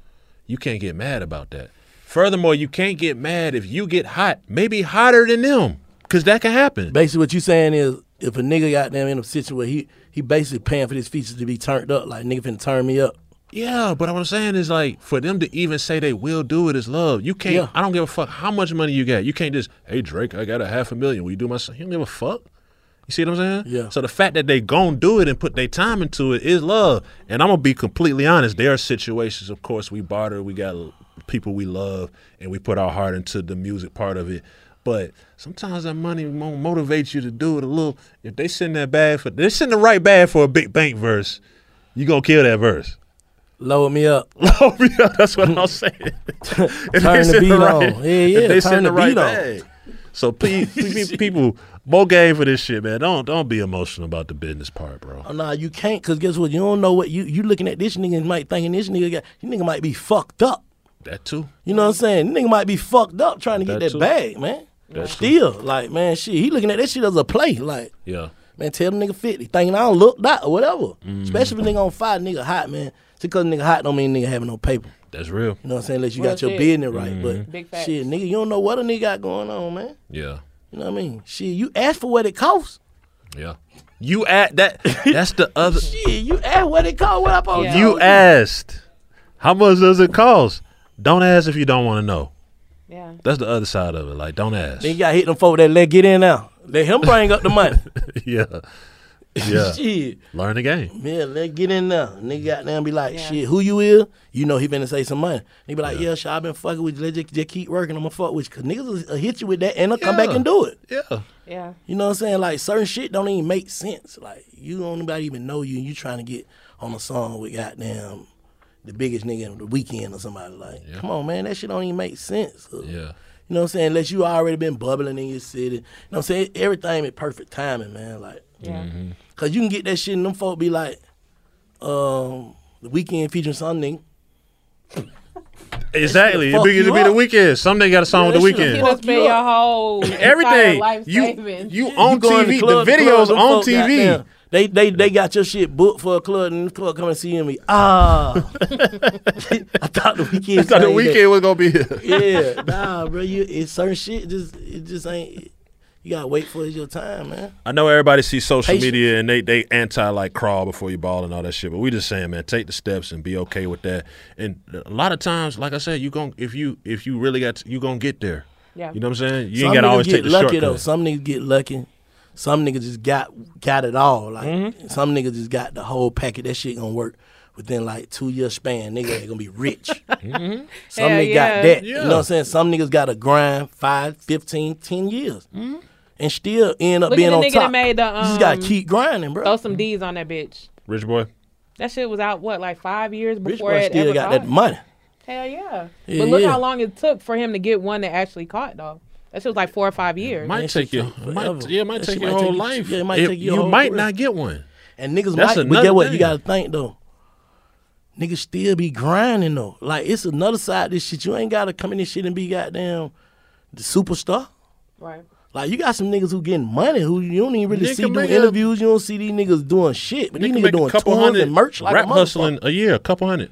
B: You can't get mad about that. Furthermore, you can't get mad if you get hot, maybe hotter than them, because that can happen.
C: Basically, what you saying is, if a nigga got them in a situation where he he basically paying for his features to be turned up, like nigga finna turn me up.
B: Yeah, but what I'm saying is like for them to even say they will do it is love. You can't.
C: Yeah.
B: I don't give a fuck how much money you got. You can't just hey Drake, I got a half a million. Will you do my song? You don't give a fuck. You see what I'm saying?
C: Yeah.
B: So the fact that they gon' do it and put their time into it is love. And I'm gonna be completely honest. There are situations, of course, we barter. We got l- people we love, and we put our heart into the music part of it. But sometimes that money won't motivate you to do it a little. If they send that bad for, they send the right bad for a big bank verse, you gonna kill that verse.
C: Lower me up,
B: Oh, yeah, that's what I'm saying. If they
C: Turn the
B: send
C: beat
B: right-
C: on. Yeah, yeah,
B: If
C: turn
B: they send
C: the beat on.
B: bag. So please, please, people, more game for this shit, man. Don't don't be emotional about the business part, bro.
C: oh, nah, you can't, cause guess what? You don't know what you you looking at this nigga and might thinking this nigga got. You nigga might be fucked up.
B: That too.
C: You know what I'm saying? Nigga might be fucked up trying to get that
B: That too.
C: bag, man.
B: That too.
C: Still, like, man, shit, he looking at that shit as a play. Like,
B: Yeah.
C: man, tell the nigga 50, thinking I don't look that or whatever.
B: Mm.
C: Especially if a nigga on fire, nigga hot, man. Just because nigga hot don't mean nigga having no paper.
B: That's real.
C: You know what I'm saying? Unless you
D: Real
C: got your
D: shit.
C: business right.
B: Mm-hmm.
C: But
D: Big facts.
C: shit, nigga, you don't know what a nigga got going on, man.
B: Yeah.
C: You know what I mean? Shit, you ask for what it costs.
B: Yeah. You at that that's the other
C: Shit, you ask what it costs. What I supposed to
D: Yeah.
C: do?
B: you asked. How much does it cost? Don't ask if you don't want to know.
D: Yeah.
B: That's the other side of it. Like don't ask.
C: Then you got hit them folk that let get in now. Let him bring up the money.
B: yeah. Yeah.
C: shit.
B: Learn the game.
C: Man, let get in there. Nigga got down be like, shit, who you is? You know he finna say some money. He be like, yeah, shit, I been fucking with you. Let's just, just keep working. I'ma fuck with you. Cause niggas will hit you with that and they'll come back
B: Yeah.
C: and do it.
B: Yeah.
D: Yeah.
C: You know what I'm saying? Like certain shit don't even make sense. Like you don't nobody even know you and you trying to get on a song with goddamn the biggest nigga in the weekend or somebody. Like, come on, man, that shit don't even make sense. Uh,
B: Yeah.
C: You know what I'm saying? Unless you already been bubbling in your city. You know what I'm saying? Everything at perfect timing, man. Like
B: Mm-hmm.
D: Yeah.
C: Cause you can get that shit and them folk be like, um, the weekend featuring something.
B: Exactly.
C: fuck
B: It be,
C: you
B: it be the
C: up.
B: weekend. Someday got a song
C: Yeah,
B: with the
C: that shit'll
B: weekend.
D: You done
C: Fuck
D: spend
C: you
D: your
C: up.
D: whole entire
B: Everything
D: life
B: you
D: savings.
B: you on
C: go in
B: TV,
C: club,
B: the
C: club,
B: videos
C: them
B: on
C: folk
B: TV.
C: goddamn- They they they got your shit booked for a club and the club come and see me. Ah, I thought the weekend.
B: I thought the
C: sang that.
B: weekend was gonna be here.
C: yeah, nah, bro. You it's certain shit. Just it just ain't. You gotta wait for your time, man.
B: I know everybody sees social
C: Patience.
B: media and they they anti like crawl before you ball and all that shit, but we just saying, man, take the steps and be okay with that. And a lot of times, like I said, you gon' if you if you really got to, you gonna get there.
D: Yeah.
B: You know what I'm saying? You
C: Some
B: ain't gotta
C: niggas
B: always
C: get
B: take the
C: lucky
B: shortcut.
C: though. Some niggas get lucky. Some niggas just got got it all. Like
B: Mm-hmm.
C: some niggas just got the whole packet. That shit gonna work within like two year span. Nigga ain't gonna be rich. Mm-hmm. Some
D: Hell
C: niggas
D: yeah.
C: got that. You
B: Yeah.
C: know what I'm saying? Some niggas got to grind five, 15, 10 years.
B: Mm-hmm.
C: And still end up
D: Look at
C: being
D: the
C: on
D: nigga that
C: top.
D: made the,
C: you just gotta
D: um,
C: keep grinding, bro.
D: Throw some D's on that bitch.
B: Rich boy.
D: That shit was out what like five years
C: Rich
D: before
C: boy
D: it
C: still
D: ever
C: got
D: caught.
C: that money.
D: Hell yeah.
C: Yeah,
D: But look
C: yeah.
D: how long it took for him to get one that actually caught though. That shit was like four or five years.
B: Might
C: that
B: take
C: shit
B: you
C: take
B: might,
C: forever.
B: yeah, it might
C: That
B: take
C: shit
B: your
C: might
B: whole
C: take you-
B: life.
C: yeah, it might take your
B: you
C: whole
B: might
C: career.
B: not get one.
C: And niggas might,
B: That's
C: but
B: another
C: get what
B: thing.
C: you gotta think though. Niggas still be grinding though. Like it's another side of this shit. You ain't gotta come in this shit and be goddamn the superstar.
D: Right.
C: Like you got some niggas who getting money who you don't even really
B: Nigga
C: see doing
B: make a-
C: interviews. You don't see these niggas doing shit. But
B: Nigga
C: these
B: make
C: niggas doing tours and merch like
B: rap
C: a motherfucker.
B: hustling a year, a couple hundred.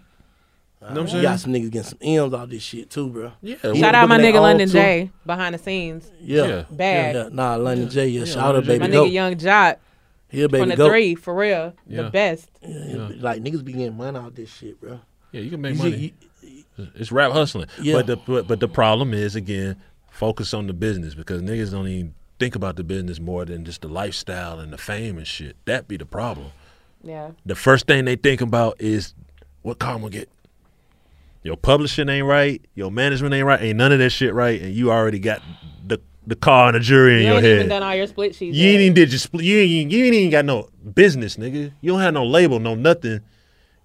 B: You know what
C: You
B: I'm
C: got
B: saying?
C: some niggas getting some M's out this shit too, bro.
B: Yeah,
D: Shout out
C: Looking
D: my
C: at
D: nigga
C: all
D: London
C: two-
D: J behind the scenes.
C: Yeah.
B: Yeah.
D: Bad.
C: Yeah, nah, London J. Yeah, shout out, baby.
D: My
C: Go.
D: nigga Young Jot
C: Here,
D: from
C: baby,
D: the
C: go.
D: three for real.
B: Yeah.
D: The best.
C: Yeah, Like niggas be getting money out this shit, bro.
B: Yeah, you can make
C: You-
B: money.
C: you-
B: It's rap hustling.
C: Yeah.
B: But the but, but the problem is again, focus on the business because niggas don't even think about the business more than just the lifestyle and the fame and shit. That be the problem.
D: Yeah.
B: The first thing they think about is what car I'm gonna get. Your publishing ain't right, your management ain't right, ain't none of that shit right, and you already got the the car and the jury in
D: You
B: your
D: ain't
B: head.
D: even done all your split sheets.
B: You
D: yet.
B: ain't even did your split. You ain't, even- you ain't even got no business, nigga. You don't have no label, no nothing.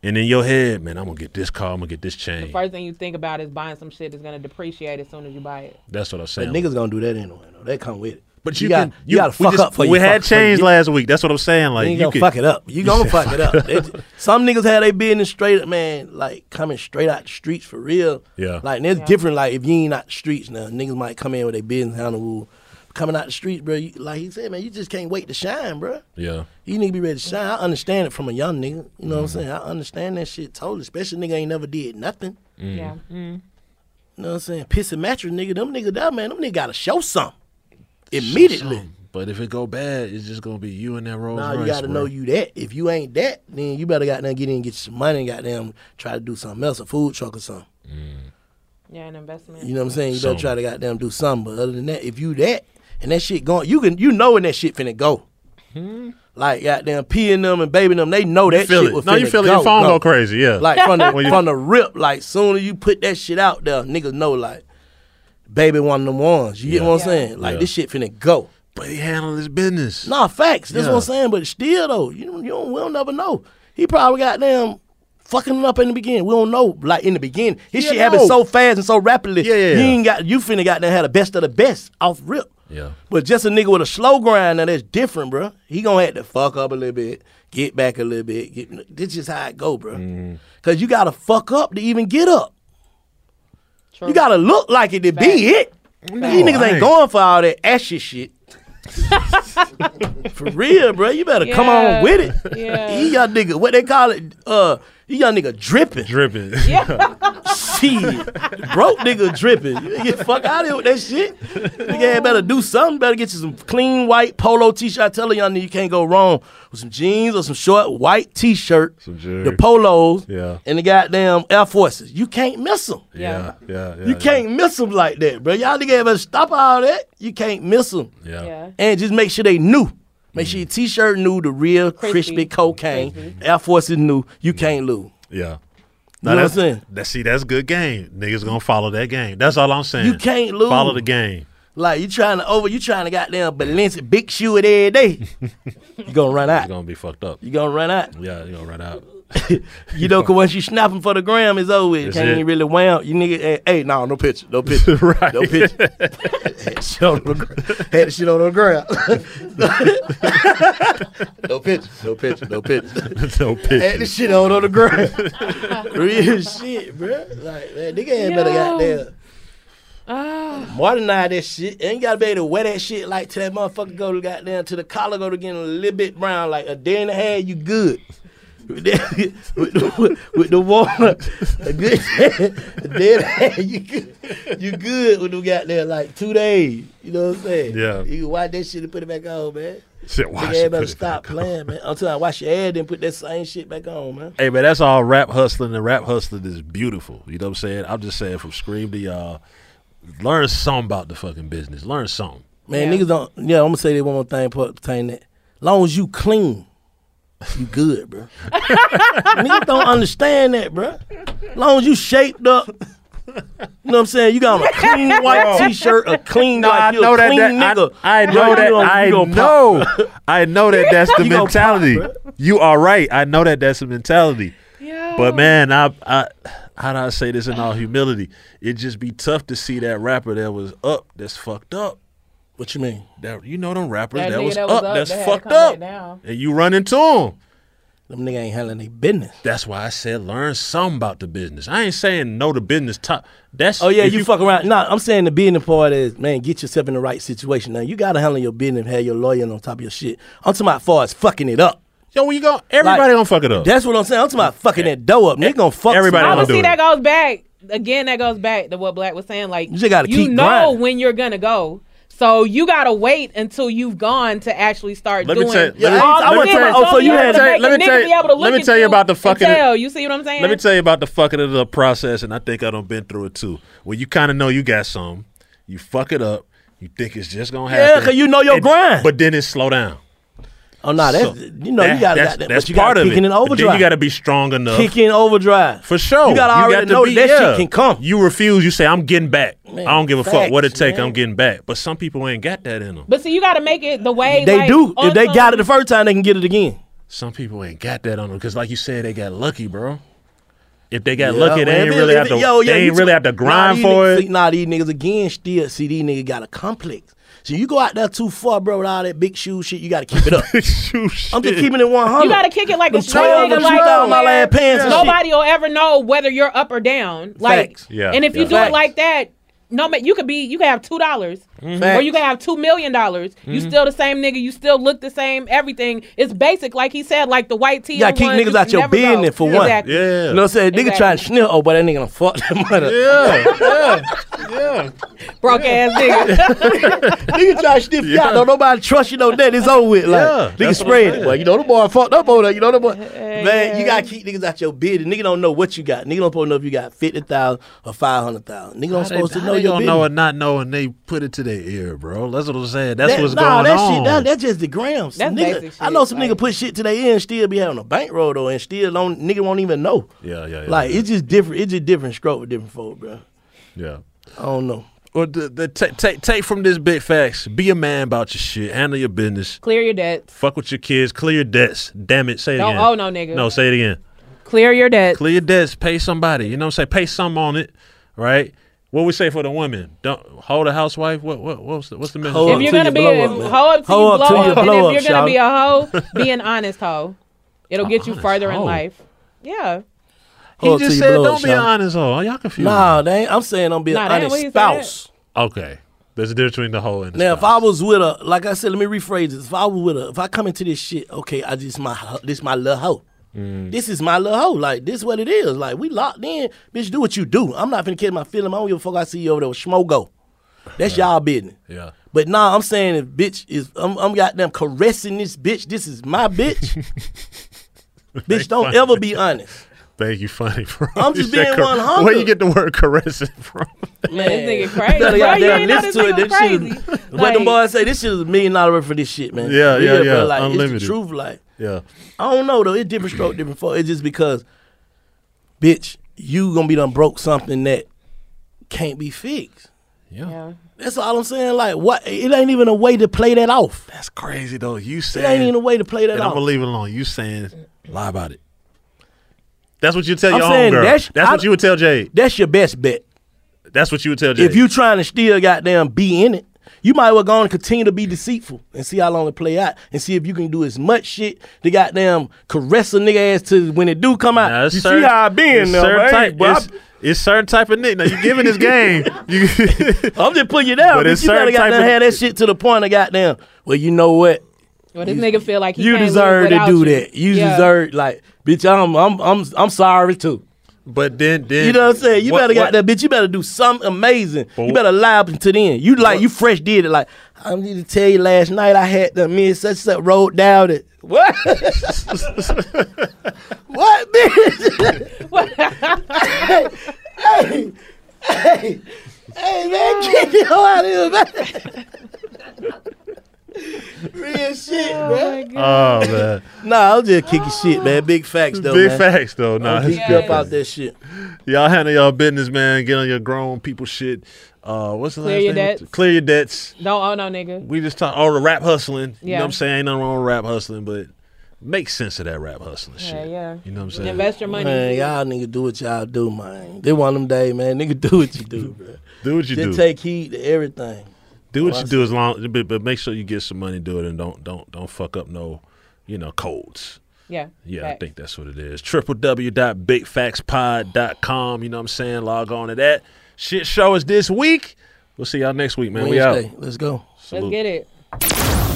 B: And in your head, man, I'm gonna get this car. I'm gonna get this chain.
D: First thing you think about is buying some shit that's gonna depreciate as soon as you buy it.
B: That's what I'm
C: But
B: saying.
C: niggas gonna do that anyway. Though. They come with it.
B: but you,
C: got
B: can,
C: you, gotta
B: we
C: fuck
B: just-
C: up for
B: We had change last week. That's what I'm saying. Like
C: You
B: you
C: gonna
B: could,
C: fuck it up. You gonna fuck it up. They- some niggas had they business straight up, man. Like coming straight out the streets for real.
B: Yeah.
C: Like and it's different. Like if you ain't out the streets now, niggas might come in with their business handle rule. Coming out the streets, bro. You, like he said, man, you just can't wait to shine, bro.
B: Yeah,
C: You need to be ready to shine. I understand it from a young nigga. You know what
B: Mm-hmm.
C: I'm saying? I understand that shit totally. Especially nigga ain't never did nothing.
D: Yeah.
C: You
D: Mm.
C: know what I'm saying? Pissing mattress nigga. Them nigga that man. Them nigga gotta show something immediately.
B: But if it go bad, it's just gonna be you and that Rolls
C: Nah,
B: Royce.
C: you gotta
B: bro.
C: know you that. If you ain't that, then you better goddamn get in and get some money and goddamn try to do something else, a food truck or something.
D: Yeah, an investment.
C: You know what I'm saying? You better
B: Something.
C: try to goddamn do something. But other than that, if you that and that shit going, you can you know when that shit finna go. Like goddamn peeing them and babying them, they know that
B: feel
C: shit
B: it.
C: was
B: No, Hmm? you
C: finna
B: feel it.
C: go,
B: Your phone
C: bro.
B: go crazy. Yeah.
C: Like from the
B: When you-
C: from the rip, like sooner you put that shit out there, niggas know like baby one of them ones. You get
B: Yeah.
C: what I'm
D: Yeah.
C: saying? Like
B: Yeah.
C: this shit finna go.
B: but he handled his business.
C: Nah, facts. That's what
B: Yeah.
C: I'm saying. But still, though, you don't- you don't, we'll never know. He probably got them fucking it up in the beginning. We don't know. Like in the beginning, his
B: Yeah,
C: shit happened
B: no.
C: so fast and so rapidly.
B: Yeah, yeah,
C: You
B: yeah.
C: ain't got you finna got them had the best of the best off rip.
B: Yeah.
C: But just a nigga with a slow grind now that's different, bruh. He gonna have to fuck up a little bit, get back a little bit.
B: Mm-hmm.
C: Get, this is how it go, bruh. Cause you gotta fuck up to even get up. You gotta look like it to be it. These
I: No,
C: niggas
I: I
C: ain't
I: ain't.
C: going for all that ashy shit. for real, bro. You better come
I: Yeah.
C: on with it.
I: Yeah.
C: You young nigga, what they call it? Uh, you young nigga dripping.
B: Dripping.
I: Yeah.
C: Shit. Broke nigga dripping. You get the fuck out of here with that shit. Nigga, better do something. Better get you some clean white polo t shirt. I tell a young nigga you can't go wrong with some jeans or some short white t shirt, the polos,
B: Yeah.
C: and the goddamn Air Forces. You can't miss them.
B: Yeah. Yeah. yeah,
C: You can't miss them like that, bro. Y'all nigga better stop all that. You can't miss them.
B: Yeah.
C: And just make sure they new. Make
B: Mm.
C: sure your t-shirt new, the real crispy, cocaine. Air Force is new. You can't lose.
B: Yeah.
C: You know what I'm saying?
B: That, see, Mm. that's good game. Niggas gonna follow that game. That's all I'm saying.
C: You can't lose.
B: Follow the game.
C: Like you trying to over, you trying to goddamn Balenciaga big shoe it every day. you gonna run out. You
B: gonna be fucked up.
C: You gonna run out.
B: Yeah, you gonna run out.
C: You know, cause once you snap him for the gram, it's over. with.
B: That's
C: Can't
B: it.
C: even really wow. You nigga, hey, hey, no, no picture, no picture, right. no picture. had, shit on the, gr- had shit on the ground. no picture, no picture, no picture,
B: no
C: Had the shit on on the ground. Real shit, bro. Like man, nigga ain't better
I: Yo.
C: goddamn.
D: Ah.
C: Modernize that shit. And you gotta be able to wear that shit like till that motherfucker go to goddamn to the collar go to getting a little bit brown, like a day and a half, you good. with, that, with, the, with, with the water, a good a day and a half, you good. You good when you got there like two days. You know what I'm saying?
B: Yeah.
C: You can wipe that shit and put it back on, man.
B: Shit, wash
C: Nigga,
B: it,
C: everybody
B: put it
C: stop playing, man. Until I wash your hair, then put that same shit back on, man.
B: Hey, man, that's all rap hustling, and rap hustling is beautiful. You know what I'm saying? I'm just saying from Scream to y'all, learn something about the fucking business. Learn something.
C: Man, niggas don't. Yeah, I'm gonna say that one more thing. Pertaining that, long as you clean, you good, bro. niggas don't understand that, bro. Long as you shaped up. You know what I'm saying? You got on a clean white
I: No.
C: T-shirt, a clean
I: No,
C: like
I: I
C: you
I: know
C: a
I: that-
C: clean
I: that-
C: nigga.
I: I- I
C: Bro,
I: know
C: you
I: that-
C: gonna- you
I: I
C: gonna pop.
B: know. I know that that's the
C: You gonna pop,
B: mentality.
C: bruh.
B: you are right. I know that that's the mentality. But man, I, I how do I say this in all humility? It'd just be tough to see that rapper that was up that's fucked up.
C: What you mean?
B: That you know them rappers
D: That
B: that,
D: nigga
B: was,
D: that was
B: up,
D: up,
B: that's
D: they had to
B: fucked
D: come back
B: up,
D: down.
B: and you run into them.
C: Them nigga ain't handling their business.
B: That's why I said learn something about the business. I ain't saying know the business top. That's
C: Oh yeah,
B: if
C: you, fuck around. Nah, I'm saying the business part is man, get yourself in the right situation. Now you gotta handle your business, have your lawyer on top of your shit. I'm talking about far as fucking it up.
B: Yo, when you go, everybody gonna fuck it up.
C: That's what I'm saying. I'm talking about fucking that dough up. Nigga gonna fuck
B: Everybody
C: somebody.
B: gonna
D: See, that goes back again. That goes back to what Black was saying. Like
C: You just gotta keep
D: know
C: grinding.
D: when you're gonna go. So you gotta wait until you've gone to actually start
B: Let me
D: doing.
B: tell- let me-
D: all
B: I
D: the
B: wanna
D: things
B: tell you-
D: that's
B: oh, so
D: gonna
B: you
D: be able
B: had-
D: to
B: tell you-
D: make
B: let
D: a
B: me
D: nigga
B: tell you-
D: be able to
B: let me
D: look at
B: tell you about the
D: and
B: fucking-
D: tell. You see what I'm saying?
B: Let me tell you about the fucking it up process, and I think I done been through it too. When you kind of know you got some, you fuck it up. You think it's just gonna
C: Yeah,
B: happen.
C: 'cause you know your
B: and-
C: grind.
B: But then it slow down.
C: Oh no, that's
B: So
C: you know you gotta
B: that's,
C: got that,
B: that's
C: but you
B: part
C: gotta
B: of
C: kick
B: it.
C: in
B: But then
C: overdrive.
B: you got to be strong enough.
C: kick in overdrive
B: for sure.
C: You gotta already
B: got to
C: know
B: be-
C: that
B: yeah.
C: shit can come.
B: You refuse. You say, "I'm getting back.
C: Man,
B: I don't give a fuck what it
C: facts,
B: take.
C: man.
B: I'm getting back." But some people ain't got that in them.
D: But see, you gotta make it the way
C: They
D: like,
C: do.
D: on
C: If they
D: some-
C: got it the first time, they can get it again.
B: Some people ain't got that on them because, like you said, they got lucky, bro. If they got
C: Yeah,
B: lucky, they
C: man,
B: ain't
C: if it-
B: really
C: if
B: have
C: it-
B: to.
C: yo, yeah,
B: they
C: you
B: ain't really
C: t-
B: have to
C: nah,
B: grind
C: these
B: for
C: niggas-
B: it.
C: see, Nah, these niggas again still see these niggas got a complex. So you go out there too far, bro, with all that big shoe shit. You gotta keep it up. I'm just keeping it 100.
D: You gotta kick it like
C: Them
D: a street nigga,
C: them
D: like
C: 2000 dollar
D: where
C: ass pants and shit.
D: Nobody will ever know whether you're up or down. Like,
C: Facts.
B: Yeah,
D: and if you
B: yeah.
D: do it
C: Facts.
D: like that, no, man, you could be, you could have two dollars, or
C: Mm-hmm. Facts.
D: you could have two million dollars. You
C: Mhm.
D: still the same nigga. You still look the same. Everything. It's basic, like he said, like the white tee.
C: You gotta keep
D: ones,
C: niggas out
D: can
C: your
D: never go.
C: business for one.
D: Exactly.
C: You know what I'm saying? Nigga
D: Exactly.
C: trying to sniff. Oh, but that nigga gonna fuck that mother.
B: Yeah, yeah,
D: Broke ass nigga.
C: nigga try to sniff you out. Don't nobody trust you, no nothing. It's over with. Like,
B: Yeah,
C: nigga
B: that's what
C: spread
B: I'm
C: it. Well, you know the boy fucked up on that. You know the boy. Man, you gotta keep niggas out your business. Nigga don't know what you got. Nigga don't supposed to know if you got 50,000 or 500,000. Nigga don't
B: How they-
C: supposed to
B: how
C: know
B: they
C: your
B: gonna
C: business.
B: know or not know, and they put it to their ear, bro. That's what I'm saying. That's
C: That-
B: what's
C: nah,
B: going
C: that
B: on.
C: Shit, that, that's just the grams.
D: That's
C: nigga,
D: basic
C: I know some nigga put shit to their ear and still be having a bankroll though, and still don't nigga won't even know.
B: yeah, yeah, yeah.
C: Like it's just different. It's just different stroke with different folk, bro.
B: yeah.
C: I don't know.
B: Or the, the take take take from this big facts. Be a man about your shit. Handle your business.
D: Clear your debts.
B: Fuck with your kids. Clear your debts. Damn it. Say it
D: Don't
B: again.
D: owe no nigga.
B: No, say it again.
D: Clear your debts.
B: Clear your debts. Pay somebody. You know what I'm saying? Pay some on it. Right. What we say for the women? Don't hold a housewife. What what what's the, what's the message?
C: Hold
D: if you're gonna be a hoe up till
C: Hoe
D: you
C: up
D: blow
C: till you
D: up,
C: blow
D: and if
C: up,
D: you're gonna be a
C: shout.
D: hoe, be an honest hoe. It'll get you further in
B: hoe.
D: life. Yeah.
B: He
C: Or till
B: just
C: you
B: said
C: blow it,
B: don't be an
C: Sean.
B: honest hoe. Are y'all confused?
C: Nah, they ain't, I'm saying don't be
D: Nah,
C: an
D: that ain't
C: honest
D: what he said.
C: spouse.
B: Okay. There's a difference between the hoe and the
C: Now,
B: spouse.
C: if I was with a, like I said, let me rephrase this. If I was with a, if I come into this shit, okay, I just my, ho- this my little hoe.
B: Mm.
C: This is my little hoe. Like this, what it is. Like we locked in, bitch. Do what you do. I'm not finna catch my feeling. I don't give a fuck. I see you over there with Schmogo. That's y'all business.
B: Yeah.
C: But nah, I'm saying if bitch is, I'm, I'm goddamn caressing this bitch. This is my bitch. bitch, don't ever be honest.
B: Thank you, funny, bro.
C: I'm just
B: You
C: being
B: said car-
C: 100.
B: Where you get the word caressing from?
C: Man,
D: This nigga crazy.
C: better
D: Bro, you
C: goddamn
D: ain't know this nigga
C: This
D: crazy.
C: shit, is- what them
D: Like-
C: boys say, this shit is a million dollar worth for this shit, man.
B: Yeah, yeah,
C: bro,
B: yeah,
C: Like,
B: unlimited.
C: It's the truth, like.
B: yeah.
C: I don't know though. It's different stroke, different for. It's just because, bitch, you gonna be done broke something that can't be fixed.
B: yeah.
D: Yeah.
C: That's all I'm saying. Like, what? It ain't even a way to play that off.
B: That's crazy though. You
C: It
B: saying
C: ain't even a way to play that
B: and I'm
C: off.
B: gonna leave it alone. You saying lie about it. That's what you tell
C: I'm
B: your
C: saying
B: homegirl. That's,
C: that's- I-
B: what you would tell Jade.
C: That's your best bet.
B: That's what you would tell Jade.
C: If you trying to still goddamn be in it, you might well go on and continue to be deceitful and see how long it play out and see if you can do as much shit to goddamn caress a nigga ass to when it do come out.
B: Now, it's
C: you
B: certain-
C: see how I been
B: it's
C: now,
B: certain
C: man.
B: type-
C: But I-
B: it's, it's certain type of nigga. Now you giving this game. You,
C: I'm just putting you down.
B: But
C: But
B: it's
C: you gotta
B: certain type
C: goddamn
B: of-
C: have that shit to the point of goddamn. Well, you know what?
D: Well, this nigga feel like he
C: you
D: can't live
C: deserve to
D: without
C: do
D: you.
C: that. You
D: Yeah.
C: deserve like, bitch. I'm I'm I'm I'm sorry too.
B: but then then
C: You know what I'm saying? You
B: what-
C: better got
B: what-
C: that bitch. You better do something amazing.
B: But
C: you
B: wh-
C: better lie up until then. You like you fresh did it. Like I need to tell you, last night I had the me and such and such rolled down it. What? what bitch? hey, hey, hey, man, get your out of here, man. Real shit, man.
B: Oh man.
C: Nah, I'm just kicking shit, man. Big facts though,
B: Big
C: man.
B: facts though. Nah,
C: I'm
B: that's
C: geeked
B: good.
C: up out that shit.
B: Y'all handle y'all business, man. Get on your grown people shit. Uh, what's the
D: Clear
B: last
D: your
B: name?
D: debts.
B: Clear your debts.
D: Don't owe no nigga.
B: We just talk all the rap hustling. You know
D: Yeah.
B: what I'm saying? Ain't nothing wrong with rap hustling, but make sense of that rap hustling shit.
D: Yeah, yeah.
B: You know what I'm saying?
D: Invest your money.
C: Man, y'all nigga do what y'all do, man. They want them day, man. Nigga do what you do, bro.
B: Do what you
C: just
B: do.
C: take heed to everything.
B: do what you do as long, but, but make sure you get some money. Do it and don't don't don't fuck up no, you know, codes.
D: Yeah.
B: Yeah, I
D: facts.
B: think that's what it is. www.bigfaxpod.com. You know what I'm saying? Log on to that. Shit show is this week. We'll see y'all next week, man. We
C: Wednesday,
B: out.
C: let's go.
D: Let's
B: Salute.
D: get it.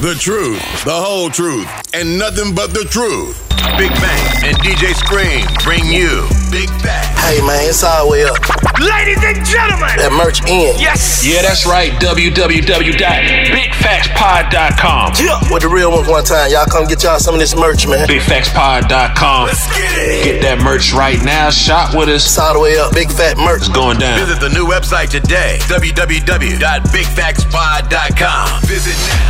A: The truth, the whole truth, and nothing but the truth. Big Bang and DJ Scream bring you Big Facts.
C: Hey, man, it's all way up.
G: Ladies and gentlemen,
C: That merch in
G: yes.
I: Yeah, that's right. www.bigfaxpod.com.
C: with the real ones one time. Y'all come get y'all some of this merch, man.
I: Bigfaxpod.com.
A: Let's get it.
I: Get that merch right now. Shop with us.
C: all the way up. Big fat merch.
I: It's going down.
A: Visit the new website today www.bigfaxpod.com. Visit now.